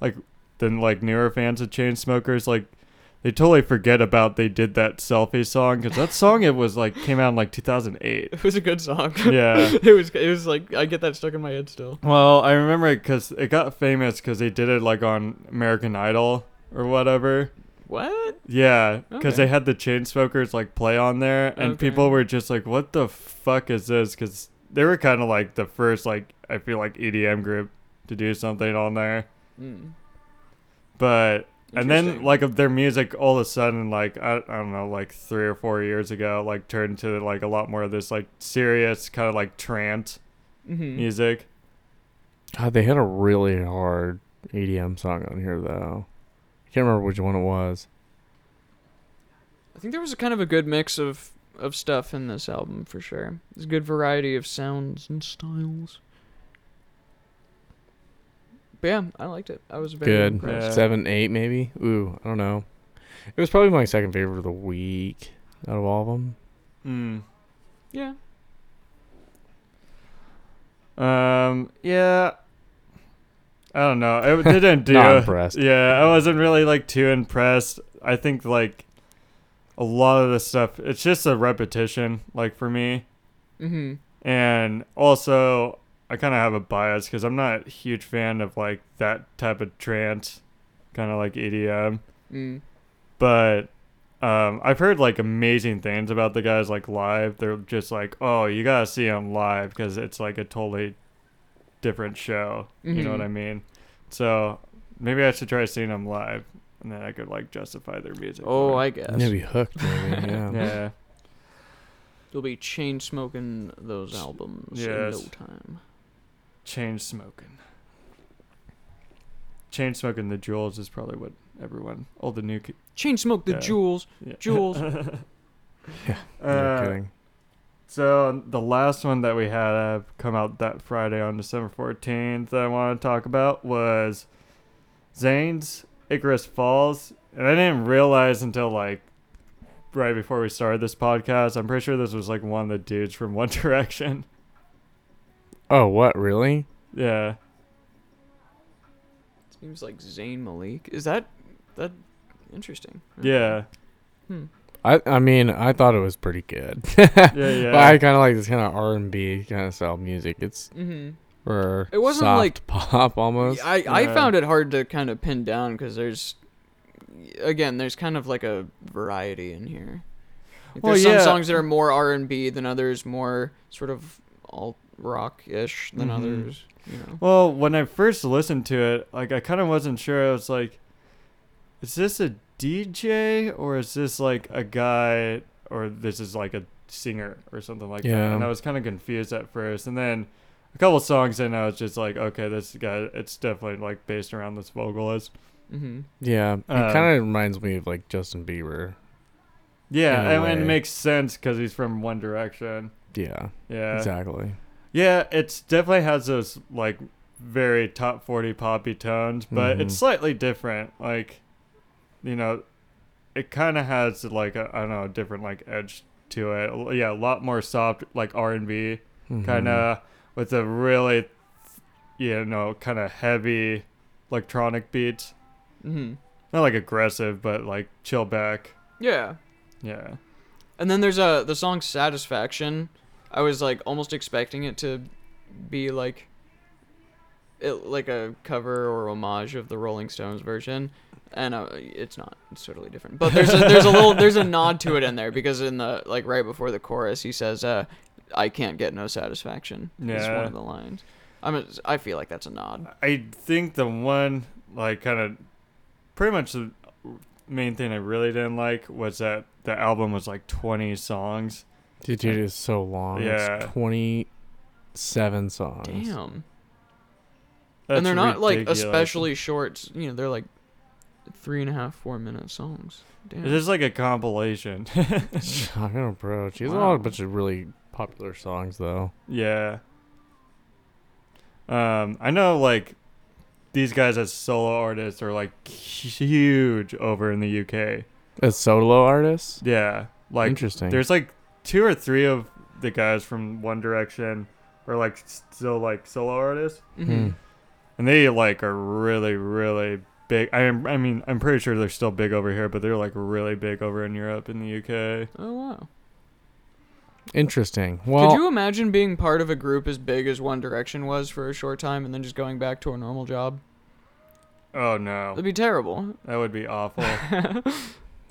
A: like then like newer fans of chain smokers like. They totally forget about they did that selfie song because that song it was like came out in like 2008.
B: it was a good song.
A: Yeah,
B: it was it was like I get that stuck in my head still.
A: Well, I remember it because it got famous because they did it like on American Idol or whatever.
B: What?
A: Yeah, because
B: Okay.
A: they had the chain smokers like play on there, and
B: Okay.
A: people were just like, "What the fuck is this?" Because they were kind of like the first like I feel like EDM group to do something on there.
B: Mm.
A: But and then
B: Interesting.
A: like of their music all of a sudden like I, I don't know like three or four years ago like turned to like a lot more of this like serious kind of like trance
B: Mhm.
A: music.
C: God, they had a really hard EDM song on here though. I can't remember which one it was.
B: I think there was a kind of a good mix of of stuff in this album for sure. There's a good variety of sounds and styles. But yeah, I liked it. I was very
C: Good.
B: impressed.
A: Yeah.
C: Seven, eight, maybe. Ooh, I don't know. It was probably my second favorite of the week out of all of them.
A: Mm.
B: Yeah.
A: Um, yeah, I don't know. It they didn't do.
C: Not impressed.
A: Yeah, I wasn't really like too impressed. I think like a lot of the stuff, it's just a repetition, like for me.
B: Mm-hmm.
A: And also, I kind of have a bias because I'm not a huge fan of like that type of trance, kind of like EDM.
B: Mm.
A: But um, I've heard like amazing things about the guys like live. They're just like, oh, you gotta see them live because it's like a totally different show. You know what
B: Mhm.
A: I mean? So maybe I should try seeing them live, and then I could like justify their music.
B: Oh,
A: more.
B: I guess
C: Maybe hooked. Maybe, yeah.
A: yeah.
B: you'll be chain smoking those albums
A: Yes.
B: in no time.
A: chain smoking. Chain smoking the jewels is probably what everyone, all the new ki-
B: Chain smoke the
A: Yeah.
B: jewels.
A: yeah.
B: Jewels.
C: Yeah,
A: Uh,
C: no kidding.
A: so the last one that we had uh, come out that Friday on December fourteenth that I want to talk about was Zane's Icarus Falls, and I didn't realize until like right before we started this podcast. I'm pretty sure this was like one of the dudes from One Direction.
C: Oh, what really?
A: Yeah,
B: Seems like Zayn Malik. Is that that interesting? Okay.
A: yeah,
B: Hmm.
C: I I mean, I thought it was pretty good.
A: yeah, yeah.
C: But I kind of like this kind of R and B kind of style music. It's
B: Mm-hmm.
C: or
B: It wasn't
C: soft
B: like-
C: pop almost.
B: I, I
A: Yeah.
B: found it hard to kind of pin down because there's, again, there's kind of like a variety in here. Like,
A: Well,
B: there's
A: yeah.
B: some songs that are more R and B than others, more sort of alt rock ish than
A: Mhm.
B: others. You know.
A: Well, when I first listened to it, like I kind of wasn't sure. I was like, is this a DJ or is this like a guy or this is like a singer or something like that?
C: Yeah.
A: And I was kind of confused at first. And then a couple songs in, I was just like, okay, this guy, it's definitely like based around this vocalist.
B: Mm-hmm.
C: yeah, it
A: Uh,
C: kind of reminds me of like Justin Bieber.
A: Yeah,
C: In a
A: and, and it
C: way.
A: makes sense because he's from One Direction.
C: Yeah,
A: Yeah.
C: exactly.
A: Yeah, it's definitely has those like very top 40 poppy tones, but it's
C: Mhm.
A: slightly different. Like, you know, it kind of has like a, I don't know, a different like edge to it. L- Yeah, a lot more soft like R&B
C: Mm-hmm.
A: kind of with a really you know, kind of heavy electronic beat.
B: Mm-hmm.
A: Not like aggressive, but like chill back.
B: Yeah.
A: Yeah.
B: And then there's uh the song Satisfaction. I was like almost expecting it to be like it, like a cover or homage of the Rolling Stones version, and uh, it's not. It's totally different. But there's a, there's a little there's a nod to it in there because in the like right before the chorus he says uh I can't get no satisfaction. Is one
A: Yeah.
B: of the lines. I'm a, I feel like that's a nod.
A: I think the one like kind of pretty much the main thing I really didn't like was that the album was like 20 songs.
C: Dude, dude, it's so long.
A: Yeah.
C: It's 27 songs.
B: Damn.
A: That's
B: and they're not like
A: ridiculous.
B: especially short. You know, they're like three and a half four minute songs. Damn.
A: It's just like a compilation.
C: I don't know, bro. She's a
B: Wow.
C: lot of bunch of really popular songs though.
A: yeah. Um, I know like these guys as solo artists are like huge over in the UK.
C: As solo artists?
A: Yeah, like
C: Interesting.
A: There's like two or three of the guys from One Direction are like still like solo artists,
B: hmm
A: and they like are really really big. I am, I mean I'm pretty sure they're still big over here, but they're like really big over in Europe in the UK.
B: Oh wow!
C: Interesting. Well,
B: Could you imagine being part of a group as big as One Direction was for a short time and then just going back to a normal job?
A: Oh no,
B: That'd be terrible.
A: that would be awful.
B: yeah.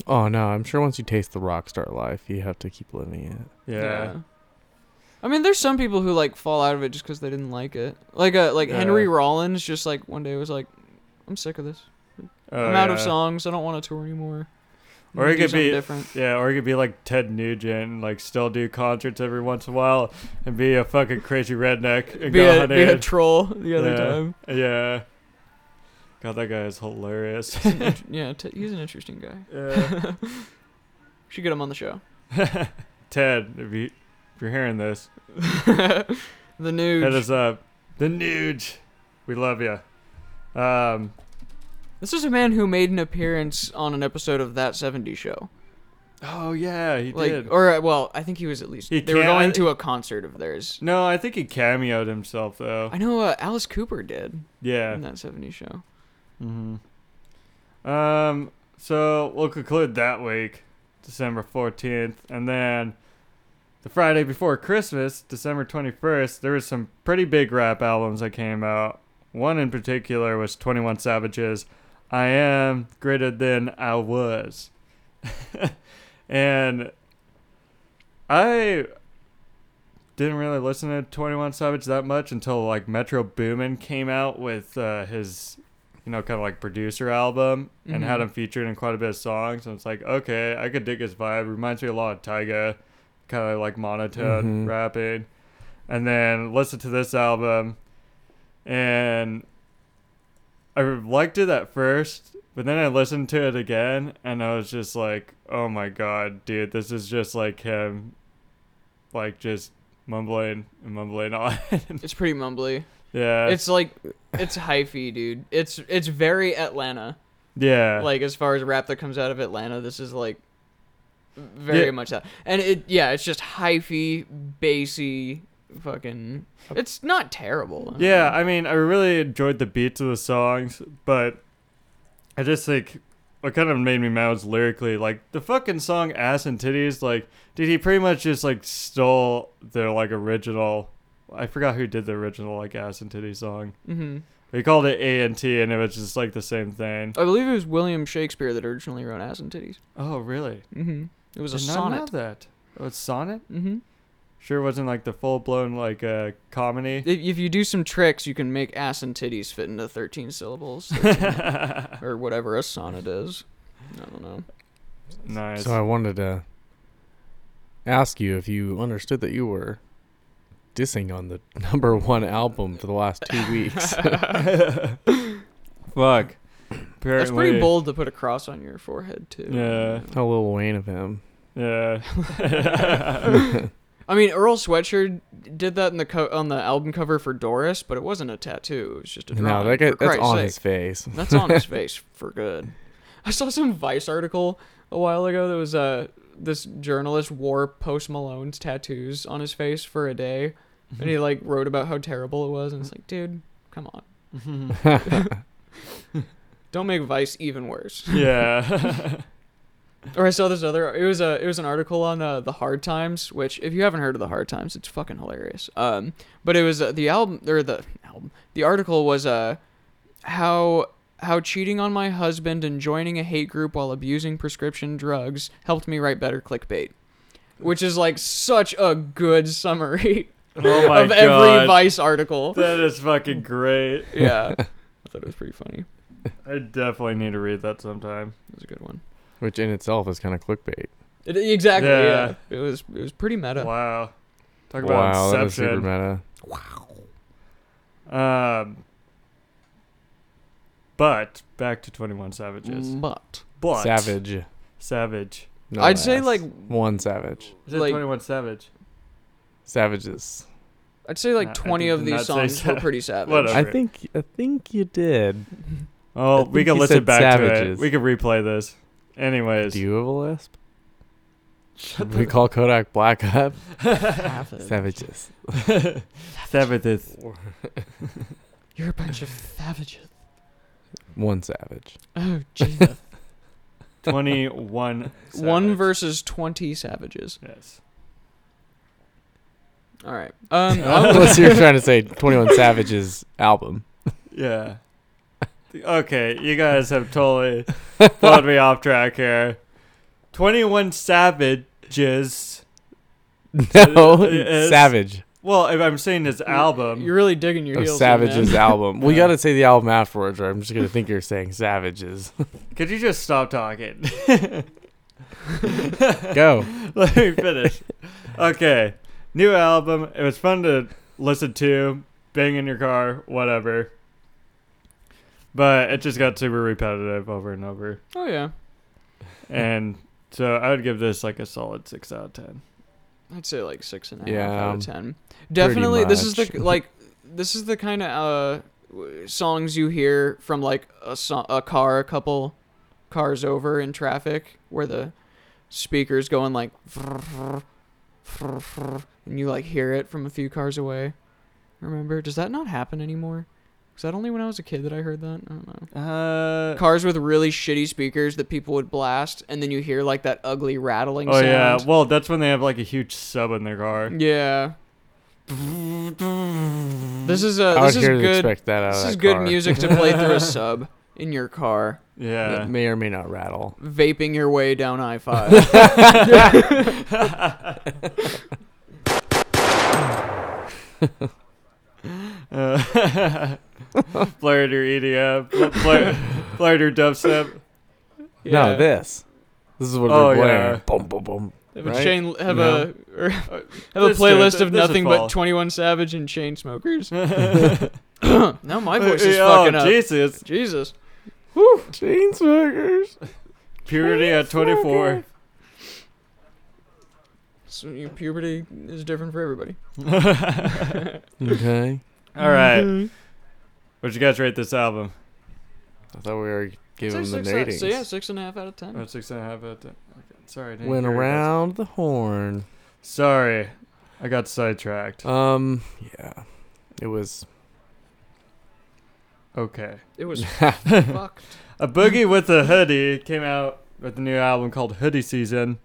C: oh no, I'm sure once you taste the rock star life, you have to keep living it.
A: Yeah,
B: I mean, there's some people who like fall out of it just because they didn't like it. Like uh, like Henry
A: Yeah.
B: Rollins, just like one day was like, "I'm sick of this.
A: Oh,
B: I'm out of
A: yeah.
B: songs. I don't want to tour anymore." I'm
A: Or
B: gonna
A: it
B: do
A: could
B: something
A: be
B: different.
A: Yeah, or it could be like Ted Nugent, and, like still do concerts every once in a while, and be a fucking crazy redneck and
B: Be
A: go
B: a,
A: on
B: be a
A: it.
B: troll the other
A: Yeah.
B: time.
A: yeah. God, that guy is hilarious.
B: He's an int- yeah, t- he's an interesting guy.
A: yeah.
B: Should get him on the show.
A: Ted, if you if you're hearing this,
B: the new.
A: hit us up. The Nuge, we love you. Um,
B: This is a man who made an appearance on an episode of That 70 Show.
A: Oh yeah, he
B: like
A: did.
B: or uh, well, I think he was at least
A: He
B: they were
A: can't-
B: going to a concert of theirs.
A: no, I think he cameoed himself though.
B: I know uh, Alice Cooper did in
A: Yeah.
B: that '70s show.
A: Mm-hmm. Um. So we'll conclude that week, December fourteenth, and then the Friday before Christmas, December twenty-first. There was some pretty big rap albums that came out. One in particular was Twenty One Savages. I am greater than I was, and I didn't really listen to 21 Savage that much until like Metro Boomin came out with uh, his, you know, kind of like producer album and had
B: Mhm.
A: him featured in quite a bit of songs. And it's like, okay, I could dig his vibe. Reminds me a lot of Tyga, kind of like monotone
C: Mhm.
A: rapping. And then listen to this album, and I liked it at first, but then I listened to it again, and I was just like, oh my god, dude, this is just like him, like just mumbling and mumbling on.
B: It's pretty mumbly.
A: yeah.
B: It's like it's hyphy, dude. It's it's very Atlanta.
A: yeah.
B: Like as far as rap that comes out of Atlanta, this is like very
A: Yeah.
B: much that. And it yeah, it's just hyphy, bassy, fucking. It's not terrible.
A: yeah, I mean, I really enjoyed the beats of the songs, but I just think what kind of made me mad was lyrically, like the fucking song "Ass and Titties." Like, dude, he pretty much just like stole their like original. I forgot who did the original like "Ass and Titties" song.
B: Mm-hmm.
A: We called it A and T, and it was just like the same thing.
B: I believe it was William Shakespeare that originally wrote "Ass and Titties."
A: Oh, really?
B: Mm-hmm. It was a
A: Did not know
B: sonnet.
A: that. Oh, it's sonnet.
B: Mm-hmm.
A: Sure, wasn't like the full blown like uh, comedy.
B: If, if you do some tricks, you can make ass and titties fit into 13 syllables 13 or whatever a sonnet is. I don't know.
A: nice.
C: So I wanted to ask you if you understood that you were dissing on the number one album for the last two weeks.
A: Fuck.
B: That's pretty
A: Apparently-
B: bold to put a cross on your forehead too.
A: Yeah.
C: A little Wayne of him.
A: Yeah.
B: I mean, Earl Sweatshirt did that in the co- on the album cover for Doris, but it wasn't a tattoo. It was just a
C: No,
B: drawing.
C: that guy,
B: for
C: that's
B: Christ's
C: on
B: sake.
C: his face.
B: That's on his face for good. I saw some Vice article a while ago that was uh this journalist wore Post Malone's tattoos on his face for a day, and he like wrote about how terrible it was, and it's like, dude, come on, don't make Vice even worse.
A: yeah.
B: Or I saw this other. It was a. It was an article on uh, the Hard Times, which if you haven't heard of the Hard Times, it's fucking hilarious. Um, but it was uh, the album or the album. The article was uh, how how cheating on my husband and joining a hate group while abusing prescription drugs helped me write better clickbait, which is like such a good summary
A: Oh my
B: of
A: god.
B: every Vice article.
A: that is fucking great.
B: Yeah, I thought it was pretty funny. It
A: I definitely need to read that sometime.
B: was a good one.
C: Which in itself is kind of clickbait.
B: It, exactly.
A: Yeah.
B: Yeah. It was. It was pretty meta.
A: Wow. Talk about
C: Wow, that is super
A: Inception.
C: meta.
A: Um, but back to 21 Savages.
B: But
A: But
C: Savage.
A: Savage.
C: no
B: I'd say
C: less.
B: like
C: one savage.
A: Is it
B: Like-
A: 21 Savage?
C: Savages.
B: I'd say like
A: Nah, I
B: 20
A: did
B: of these
A: not say
B: songs were
A: sa-
B: pretty savage.
A: Whatever.
C: I think I think you did.
A: Oh,
C: I
A: we
C: think
A: can
C: you
A: listen
C: said
A: back to it.
C: Savages.
A: We can replay this. Anyways.
C: Do you have a lisp? we call Kodak Black up savages.
A: Savages.
B: You're a bunch of savages.
C: One savage.
B: Oh, Jesus.
A: 21
B: One
A: Savage.
B: versus 20 savages.
A: Yes.
B: All right. Um, I would-
C: Unless you're trying to say Twenty One Savages album.
A: Yeah. Okay, you guys have totally pulled me off track here. 21 Savages.
C: No,
A: It's-
C: savage.
A: Well, if I'm saying his album.
B: You're really digging your
C: Of
B: heels. in,
C: Savages
B: man.
C: album. We
A: Yeah.
C: gotta say the album afterwards, or I'm just gonna think you're saying Savages.
A: Could you just stop talking?
C: Go.
A: Let me finish. Okay, new album. It was fun to listen to, bang in your car, whatever. But it just got super repetitive over and over.
B: Oh, yeah. Hmm.
A: And so I would give this like a solid 6 out of 10.
B: I'd say like six and a half
C: Yeah,
B: out of ten. Definitely, this is the
C: much.
B: like, this is the kind of uh, w- songs you hear from like a so- a car, a couple cars over in traffic, where the speakers going like, and you like hear it from a few cars away. Remember? Does that not happen anymore? Was that only when I was a kid that I heard that? I don't know.
A: Uh,
B: Cars with really shitty speakers that people would blast, and then you hear like that ugly rattling
A: oh yeah.
B: sound.
A: Well, that's when they have like a huge sub in their car.
B: Yeah. This is a
C: Mm-hmm. I would
B: this is
C: here to
B: good.
C: expect that out of
B: This
C: that
B: is good
C: car.
B: music to play through a sub in your car,
A: Yeah.
C: That may or may not rattle.
B: vaping your way down I five.
A: Uh, Flirt or EDM, flirt, flirt or dubstep.
C: No, this. This is what
A: Oh,
C: we're playing.
A: yeah.
C: Boom, boom, boom.
B: Have a
C: Right?
B: chain. Have
C: No.
B: a or have a
A: This
B: playlist
A: dude,
B: of
A: this is
B: nothing
A: fall.
B: but Twenty One Savage and chain smokers. now my voice is
A: oh,
B: fucking up.
A: Jesus.
B: Jesus.
C: Chainsmokers.
A: Purity at 24.
B: So your puberty is different for everybody.
C: Okay.
A: All right.
B: Mm-hmm.
A: Would you guys rate this album?
C: I thought we were giving
B: Say
C: them
B: six
C: the
B: out-
C: ratings.
B: so yeah, six and a half out of ten.
A: Or Oh, six and a half out of ten. Okay. Sorry. I didn't
C: Went
A: hear you guys.
C: around the horn.
A: Sorry. I got sidetracked.
B: Oh.
C: Um, yeah. It was.
A: okay.
B: It was fucked.
A: A Boogie with a Hoodie came out with a new album called Hoodie Season.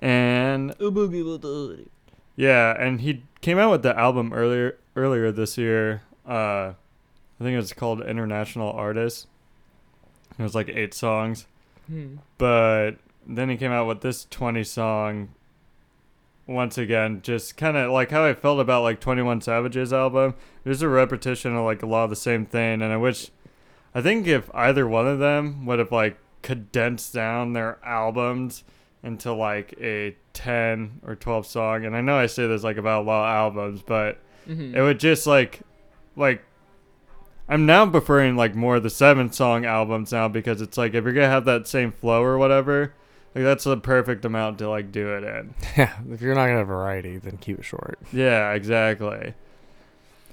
A: And yeah, and he came out with the album earlier earlier this year. Uh I think it was called International Artist. It was like eight songs.
B: Hmm.
A: But then he came out with this 20 song once again, just kind of like how I felt about like 21 Savage's album. There's a repetition of like a lot of the same thing, and I wish, I think if either one of them would have like condensed down their albums into like a 10 or 12 song, and I know I say this like about a lot of albums, but
B: Mhm.
A: it would just like, like, I'm now preferring like more of the seven song albums now because it's like if you're gonna have that same flow or whatever, like that's the perfect amount to like do it in.
C: Yeah. If you're not going to have variety, then keep it short.
A: Yeah, exactly.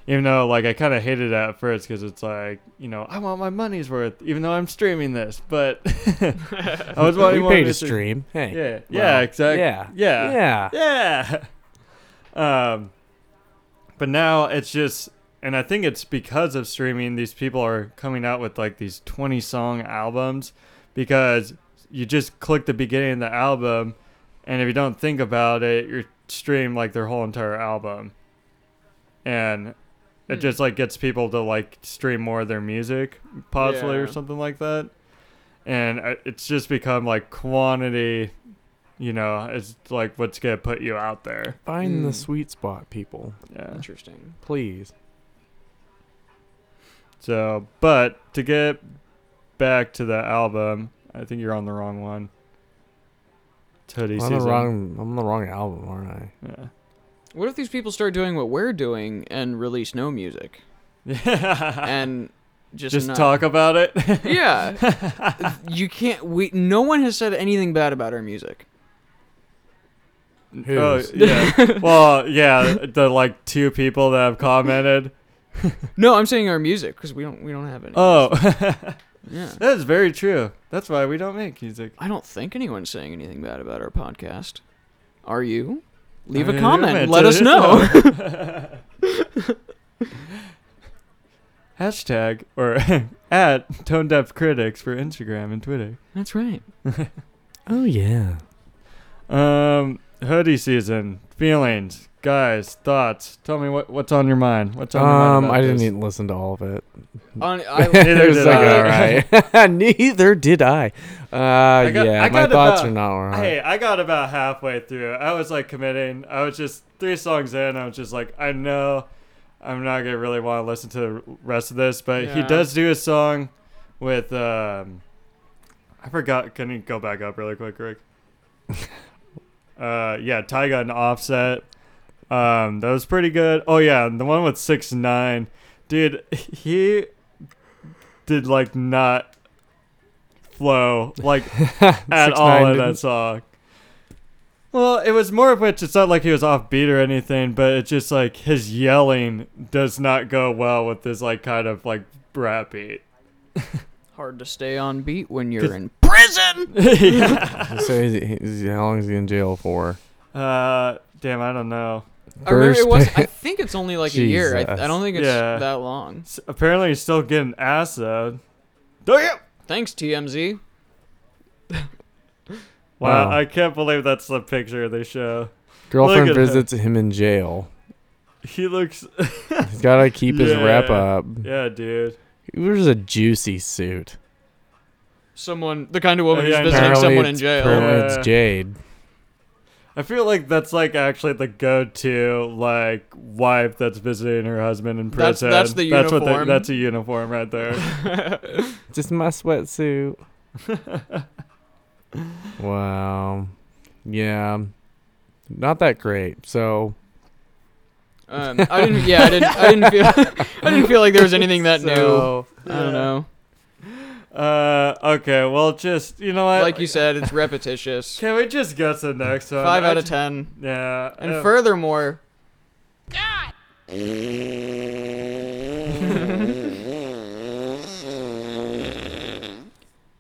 A: Even though, like, I kind of hated it at first because it's like, you know, I want my money's worth, even though I'm streaming this. But I was
C: We
A: wanting more
C: paid to
A: music.
C: stream. Hey.
A: Yeah,
C: Wow.
A: yeah, exactly.
C: Yeah.
A: yeah,
C: Yeah.
A: yeah. Um, but now it's just, and I think it's because of streaming, these people are coming out with like these 20 song albums because you just click the beginning of the album, and if you don't think about it, you stream like their whole entire album. And
B: Hmm.
A: it just like gets people to like stream more of their music, possibly, or
B: Yeah.
A: something like that. And I- it's just become like quantity you know, it's like what's gonna put you out there.
C: Find
A: Hmm.
C: the
B: Mm.
C: sweet spot, people.
A: Yeah.
B: Interesting.
C: Please.
A: So, but to get back to the album, I think you're on the wrong one. It's hoodie
C: I'm on
A: season.
C: the wrong. I'm on the wrong album, aren't I?
A: Yeah.
B: What if these people start doing what we're doing and release no music and just
A: Just
B: not-
A: talk about it.
B: Yeah, you can't. We no one has said anything bad about our music.
A: oh,
C: Who's?
A: yeah. well, yeah, the like two people that have commented.
B: No, I'm saying our music because we don't we don't have any.
A: Oh,
B: yeah.
A: that is very true. That's why we don't make music.
B: I don't think anyone's saying anything bad about our podcast. Are you? Leave
A: Are
B: a
A: you?
B: comment.
A: Man,
B: Let
A: tell
B: us
A: us.
B: know.
A: Hashtag or at Tone Deaf Critics for Instagram and Twitter.
B: That's right.
C: Oh yeah.
A: Um, hoodie season feelings, guys, thoughts. Tell me what what's on your mind. What's on your mind?
C: Um,
A: about
C: I didn't
A: this?
C: even listen to all of it.
B: On,
A: Neither
B: I,
C: It was
A: did
C: like,
A: I.
C: "All right." Neither did I. Uh,
A: got-
C: yeah,
A: I
C: my
A: got
C: thoughts
A: about-
C: are not right.
A: Hey, I got about halfway through. I was like committing. I was just three songs in. I was just like, I know I'm not gonna really want to listen to the rest of this, but he
B: Yeah.
A: does do a song with um. I forgot. Can you go back up really quick, Rick? uh, yeah, Tyga and Offset. Um, that was pretty good. Oh yeah, and the one with six nine, dude. He did like not flow like at
C: 6ix9ine
A: all in
C: didn't?
A: that song. Well, it was more of which it's not like he was offbeat or anything, but it's just like his yelling does not go well with this like kind of like rap beat.
B: Hard to stay on beat when you're
A: 'Cause-
B: in prison.
A: yeah.
C: So is he, is he- how long is he in jail for?
A: Uh, damn, I don't know.
B: I remember it
C: First
B: was. I
C: pa-
B: think it's only like a year. I, I don't think it's
A: Jesus. Yeah.
B: that long.
A: S- apparently, he's still getting ass though. Damn!
B: Thanks TMZ.
A: Wow,
C: Wow.
A: I can't believe that's the picture they show.
C: Girlfriend
A: at that.
C: visits him in jail.
A: He looks,
C: He's gotta keep his rep
A: Yeah.
C: up.
A: yeah, dude.
C: He wears a juicy suit.
B: Someone, the kind of woman
A: Yeah,
B: who's visiting
A: Apparently
B: someone in
C: it's-
B: jail.
C: Apparently
A: Yeah.
C: it's Jade.
A: I feel like that's like actually the go-to like wife that's visiting her husband in
B: That's-
A: prison.
B: that's the
A: That's, what
B: uniform.
A: they, that's a uniform right there.
C: Just my sweatsuit. wow. Yeah. Not that great. So
B: Um, I didn't. Yeah, I didn't. I didn't feel. I didn't feel like there was anything that
C: So-
B: new. I don't know.
A: Uh, okay. Well, just you know what?
B: Like you said, it's repetitious.
A: can we just go to the next one?
B: Five
A: I
B: out of
A: ju-
B: ten.
A: Yeah.
B: And
A: uh,
B: furthermore,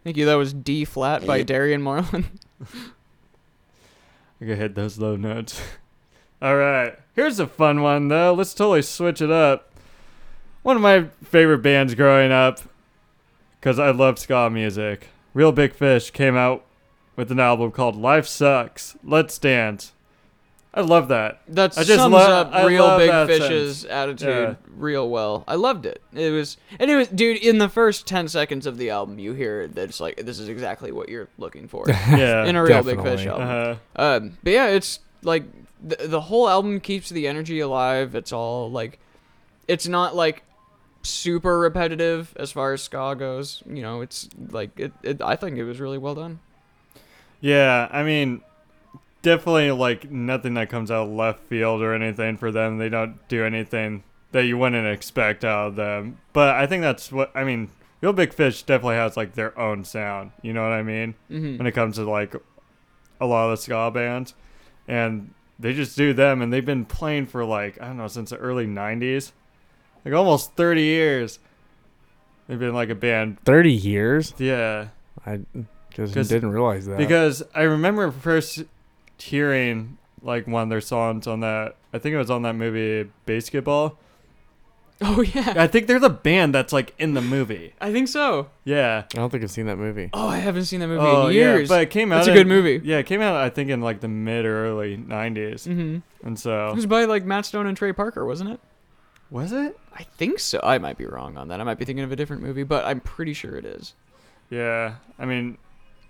B: thank you. That was D flat by Darian Marlin.
A: I can hit those low notes. All right. Here's a fun one, though. Let's totally switch it up. One of my favorite bands growing up, because I loved ska music, Real Big Fish came out with an album called Life Sucks, Let's Dance. I love that.
B: That
A: I just
B: sums
A: lo-
B: up
A: I
B: real
A: love
B: big
A: that
B: fish's
A: sentence.
B: attitude
A: Yeah.
B: real well. I loved it. It was and it was dude, in the first ten seconds of the album you hear that it's like this is exactly what you're looking for.
A: Yeah.
B: in a real big fish
C: Definitely.
B: album.
A: uh-huh.
B: Um, but yeah, it's like the, the whole album keeps the energy alive. It's all like, it's not like super repetitive as far as ska goes. You know, it's like it. it I think it was really well done.
A: Yeah, I mean, definitely like nothing that comes out of left field or anything for them. They don't do anything that you wouldn't expect out of them. But I think that's what I mean. Real Big Fish definitely has like their own sound. You know what I mean?
B: Mm-hmm.
A: When it comes to like a lot of the ska bands, and they just do them, and they've been playing for like I don't know since the early '90s, like almost 30 years. They've been like a band.
C: Thirty years?
A: Yeah.
C: I just
A: 'Cause-
C: didn't realize that.
A: Because I remember first hearing like one of their songs on that. I think it was on that movie Basketball.
B: Oh yeah,
A: I think they're the band that's like in the movie.
B: I think so.
A: Yeah.
C: I don't think I've seen that movie.
B: Oh, I haven't seen that movie
A: oh
B: in years.
A: yeah, but it came out.
B: That's a
A: in-
B: good movie.
A: Yeah, it came out I think in like the mid or early '90s,
B: hmm
A: and
B: It
A: so
B: was by like Matt Stone and Trey Parker, wasn't it?
A: was it?
B: I think so. I might be wrong on that. I might be thinking of a different movie, but I'm pretty sure it is.
A: Yeah. I mean,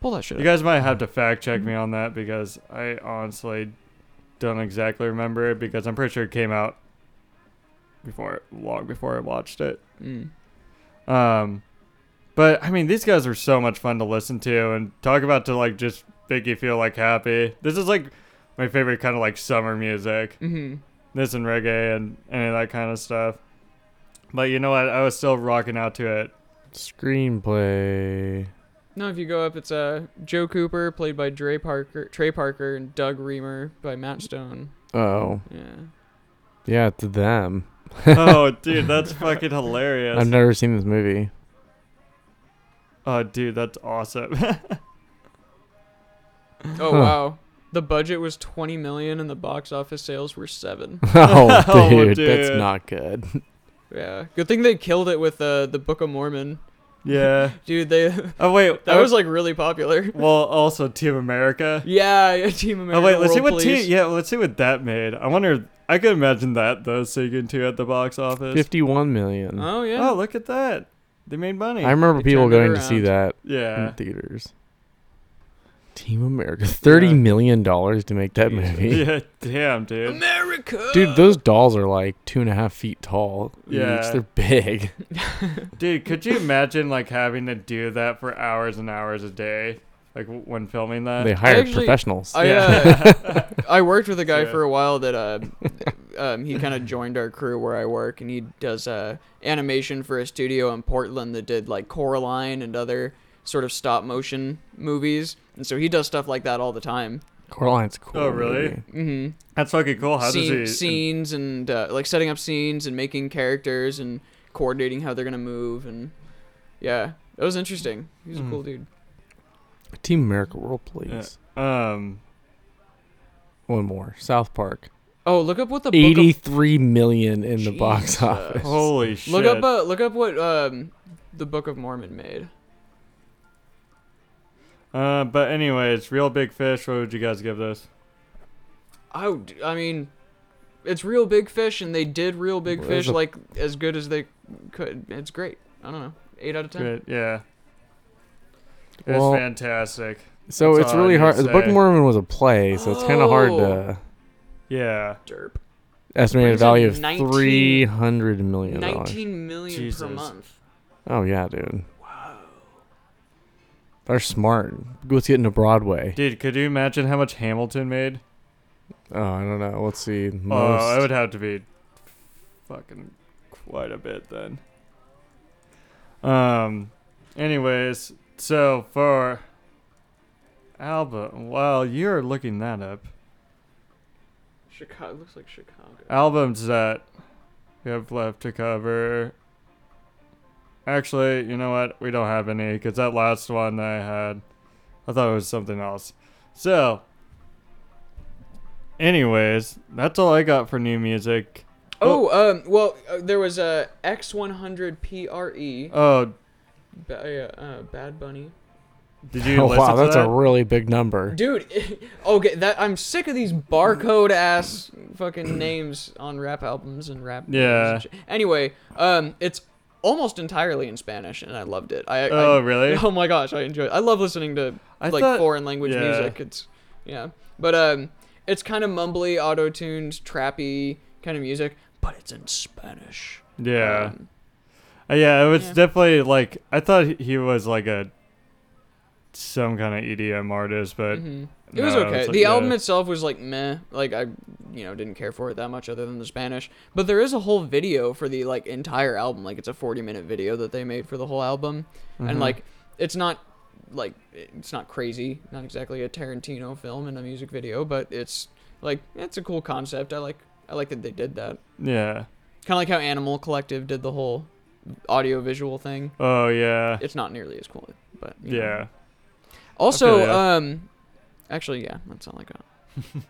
B: Pull that shit
A: you
B: up.
A: guys might have to fact check
B: Mm-hmm.
A: me on that because I honestly don't exactly remember it because I'm pretty sure it came out before long before I watched it.
B: Mm.
A: Um, but I mean, these guys are so much fun to listen to and talk about to like just make you feel like happy. This is like my favorite kind of like summer music.
B: hmm
A: This and reggae and any of that kind of stuff. But you know what? I was still rocking out to it.
C: Screenplay.
B: No, if you go up, it's uh, Joe Cooper, played by Dre Parker, Trey Parker, and Doug Reamer by Matt Stone.
C: Oh.
B: Yeah.
C: Yeah, to them.
A: oh, dude, that's fucking hilarious.
C: I've never seen this movie.
A: oh, dude, that's awesome.
B: Oh
C: Huh.
B: wow. The budget was 20 million, and the box office sales were seven.
C: oh,
A: Oh,
C: dude, that's
A: dude.
C: not good.
B: yeah. Good thing they killed it with uh, the Book of Mormon,
A: yeah.
B: dude. They that
A: Oh wait,
B: was like really popular.
A: well also Team America.
B: Yeah, yeah, Team America.
A: oh wait, let's see
B: World
A: what
B: Police.
A: team, yeah, let's see what that made. I wonder. I could imagine that though, singing to at the box office.
C: 51 million.
B: Oh yeah.
A: Oh, look at that. They made money.
C: I remember
B: They
C: people
B: turned it
C: going to see
B: around.
C: that in
A: yeah.
C: theaters. Team America. thirty
A: Uh, Yeah.
C: million dollars to make that movie.
A: Yeah, damn, dude.
B: America.
C: Dude, those dolls are like two and a half feet tall.
A: Yeah.
C: Each. They're big.
A: Dude, could you imagine like having to do that for hours and hours a day, like w- when filming that?
C: They hired
B: actually-
C: professionals.
B: I
A: Yeah.
B: uh, I worked with a guy
A: Yeah.
B: for a while that uh, um, he kind of joined our crew where I work, and he does uh, animation for a studio in Portland that did like Coraline and other sort of stop motion movies, and so he does stuff like that all the time.
C: Coraline's cool.
A: Oh, really?
B: hmm
C: movie.
A: That's fucking cool. Oh, How does
B: Scene,
A: he?
B: scenes and uh, like setting up scenes and making characters and coordinating how they're gonna move and Yeah, that was interesting. He was a
A: Mm.
B: cool dude.
C: Team America World, please.
A: Um,
C: One more. South Park.
B: Oh, look up what the book of
C: Eighty-three million in the box
B: Jesus.
C: office.
A: holy shit.
B: Look up uh, look up what um the Book of Mormon made.
A: Uh, but anyways, real big fish. What would you guys give this?
B: I would, I mean, it's real big fish, and they did real big
C: Well,
B: fish
C: there's a-
B: like as good as they could. It's great. I don't know, eight out of ten.
A: Good. Yeah. It's
C: Well-
A: fantastic.
C: So
A: That's
C: it's
A: all I
C: really
A: need to
C: hard. The Book
A: say.
C: of Mormon was a play, so it's kind of hard
B: Oh.
C: to
A: Yeah.
B: Derp.
C: estimated
B: Brings in
C: value of
B: 19
C: three hundred million dollars.
B: Nineteen million per
A: Jesus.
B: month.
C: Oh yeah, dude. They're smart. Let's get into Broadway.
A: Dude, could you imagine how much Hamilton made?
C: Oh, I don't know. Let's see. Most.
A: Oh, it would have to be fucking quite a bit then. Um. Anyways, so for Alba, while you're looking that up,
B: Chicago looks like Chicago.
A: albums that we have left to cover. Actually, you know what? We don't have any because that last one I had, I thought it was something else. So, anyways, that's all I got for new music.
B: Oh, um, well, uh, there was a X one hundred PRE.
A: Oh,
B: Ba- uh, uh, Bad Bunny.
A: did you
C: oh,
A: listen
C: wow,
A: to
C: that's
A: that?
C: a really big number.
B: Dude, okay, that I'm sick of these barcode ass fucking names on rap albums and rap. names
A: Yeah.
B: and shit. Anyway, um, it's almost entirely in Spanish, and I loved it. I.
A: oh,
B: I,
A: really?
B: Oh my gosh, I enjoy. I love listening to
A: I
B: like
A: thought-
B: foreign language
A: yeah.
B: music. It's yeah, but um, it's kind of mumbly, auto-tuned, trappy kind of music, but it's in Spanish.
A: Yeah,
B: Um,
A: Uh, yeah. It was
B: yeah.
A: definitely like I thought he- he was like a some kind of EDM artist, but
B: mhm. It was
A: no,
B: okay.
A: it's like,
B: the album
A: yeah.
B: itself was like meh. Like I, you know, didn't care for it that much other than the Spanish. But there is a whole video for the like entire album. Like it's a 40 minute video that they made for the whole album,
C: Mm-hmm.
A: Mm-hmm.
B: and like it's not like it's not crazy. Not exactly a Tarantino film and a music video, but it's like it's a cool concept. I like I like that they did that.
A: yeah.
B: Kind of like how Animal Collective did the whole audio visual thing.
A: Oh yeah.
B: It's not nearly as cool, but you know.
A: Yeah.
B: Also,
A: yeah.
B: um, actually, yeah, that's all I got.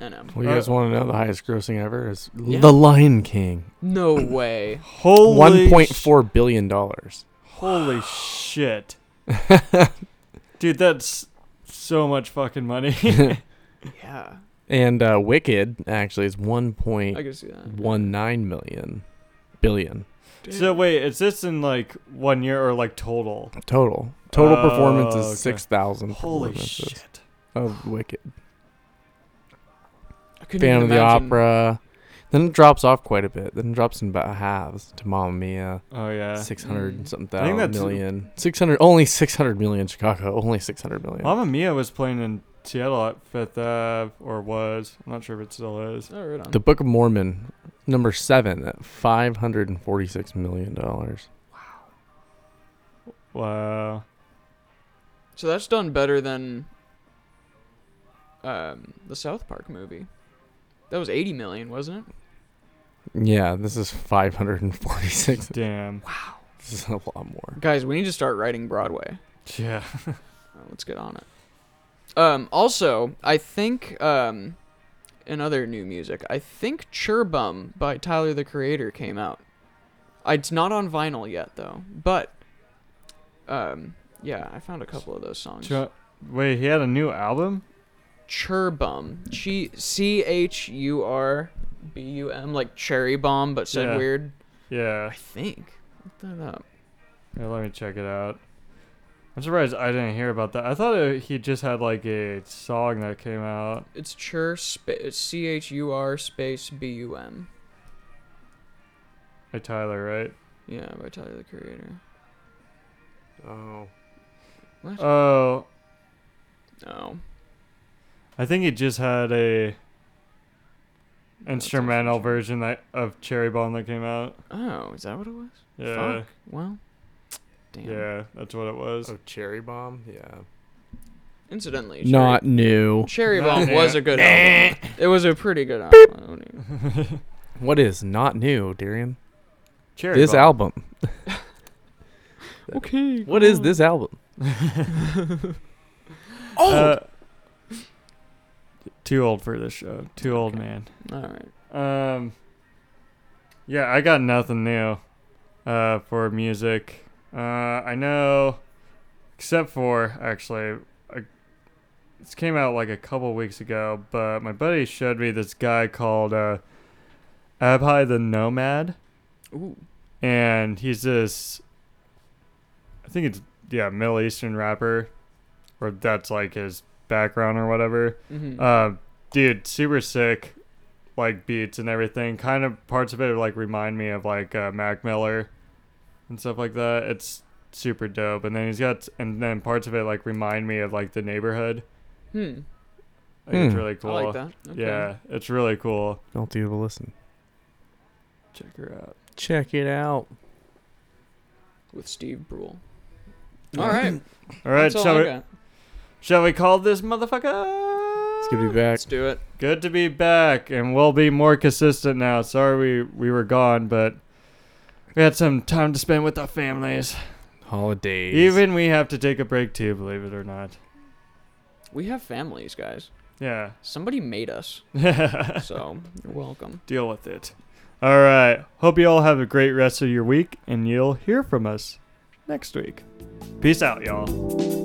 B: I know.
C: Well, you
A: Uh,
C: guys want to know the highest grossing ever is
B: Yeah.
C: The Lion King,
B: No way.
A: Holy
C: one point
A: sh-
C: four billion dollars.
A: Holy shit. Dude, that's so much fucking money.
B: Yeah,
C: And uh, Wicked actually is one point
B: I can see that.
C: one nine million billion
A: so wait, is this in like one year or like total?
C: total. Total performance
A: Oh, okay.
C: is six thousand.
A: Holy shit.
C: Of Wicked,
B: I couldn't
C: Phantom of
B: even
C: the
B: imagine-
C: Opera. Then it drops off quite a bit. Then it drops in about halves to Mamma Mia.
A: Oh yeah.
C: six hundred
B: Mm.
C: and something
A: I think
C: thousand
A: that's-
C: million. Six hundred only six hundred million Chicago. Only six hundred million.
A: Mamma Mia was playing in Seattle at Fifth Ave or was. I'm not sure if it still is.
B: Oh, right on.
C: The Book of Mormon, number seven at five hundred and forty six million dollars.
A: Wow.
B: so that's done better than um the South Park movie. That was 80 million, wasn't it?
C: Yeah, this is five hundred and forty six.
A: Damn.
C: This is a lot more.
B: Guys, we need to start writing Broadway.
A: Yeah.
B: Uh, let's get on it. Um, also, I think um, in other new music, I think Cherbum by Tyler the Creator came out. I- It's not on vinyl yet though, but um, yeah, I found a couple of those songs.
A: Ch- wait, he had a new album?
B: Cherbum, C H U R B U M, like cherry bomb, but said
A: Yeah.
B: weird.
A: Yeah.
B: I think. Look that up.
A: Here, let me check it out. I'm surprised I didn't hear about that. I thought it, he just had like a song that came out.
B: It's chur spa- C H U R space B U M.
A: Hey Tyler, right?
B: Yeah, by Tyler the Creator.
C: Oh.
A: Oh,
B: No.
A: I think it just had a
B: That's
A: instrumental
B: awesome.
A: version that, of Cherry Bomb that came out.
B: Oh, is that what it was?
A: Yeah,
B: Fuck. Well, damn.
A: yeah, that's what it was.
C: Oh, Cherry Bomb? Yeah.
B: Incidentally,
C: Not new.
B: Cherry, Cherry
A: Not
B: Bomb
A: new.
B: was a good album. It was a pretty good album.
C: What is not new, Darian?
A: Cherry
C: This
A: Bomb.
C: album.
B: Okay.
C: What is this album?
A: Uh, too old for this show. Too old, man.
B: All right.
A: Um, yeah, I got nothing new uh, for music. Uh, I know, except for actually, I, this came out like a couple weeks ago, but my buddy showed me this guy called uh, Abhi the Nomad,
B: Ooh.
A: and he's this, I think it's, yeah, Middle Eastern rapper, or that's like his background or whatever.
B: hmm
A: Uh, dude, super sick, like beats and everything. Kind of parts of it like remind me of like uh, Mac Miller and stuff like that. It's super dope. And then he's got, and then parts of it like remind me of like the neighborhood.
B: hmm.
A: Like, It's
C: Hmm.
A: really cool.
B: I like that. Okay.
A: Yeah, it's really cool.
C: I'll do a listen.
A: Check her out.
C: Check it out.
B: With Steve Brule.
C: Yeah.
B: All right.
A: All right,
B: That's all
A: shall
B: I
A: we,
B: got.
A: shall we call this motherfucker?
C: It's good to be back.
B: Let's do it.
A: Good to be back, and we'll be more consistent now. Sorry we, we were gone, but we had some time to spend with our families.
C: Holidays.
A: Even we have to take a break too, believe it or not.
B: We have families, guys.
A: Yeah.
B: Somebody made us, so you're welcome.
A: Deal with it. All right. Hope you all have a great rest of your week, and you'll hear from us next week. Peace out, y'all.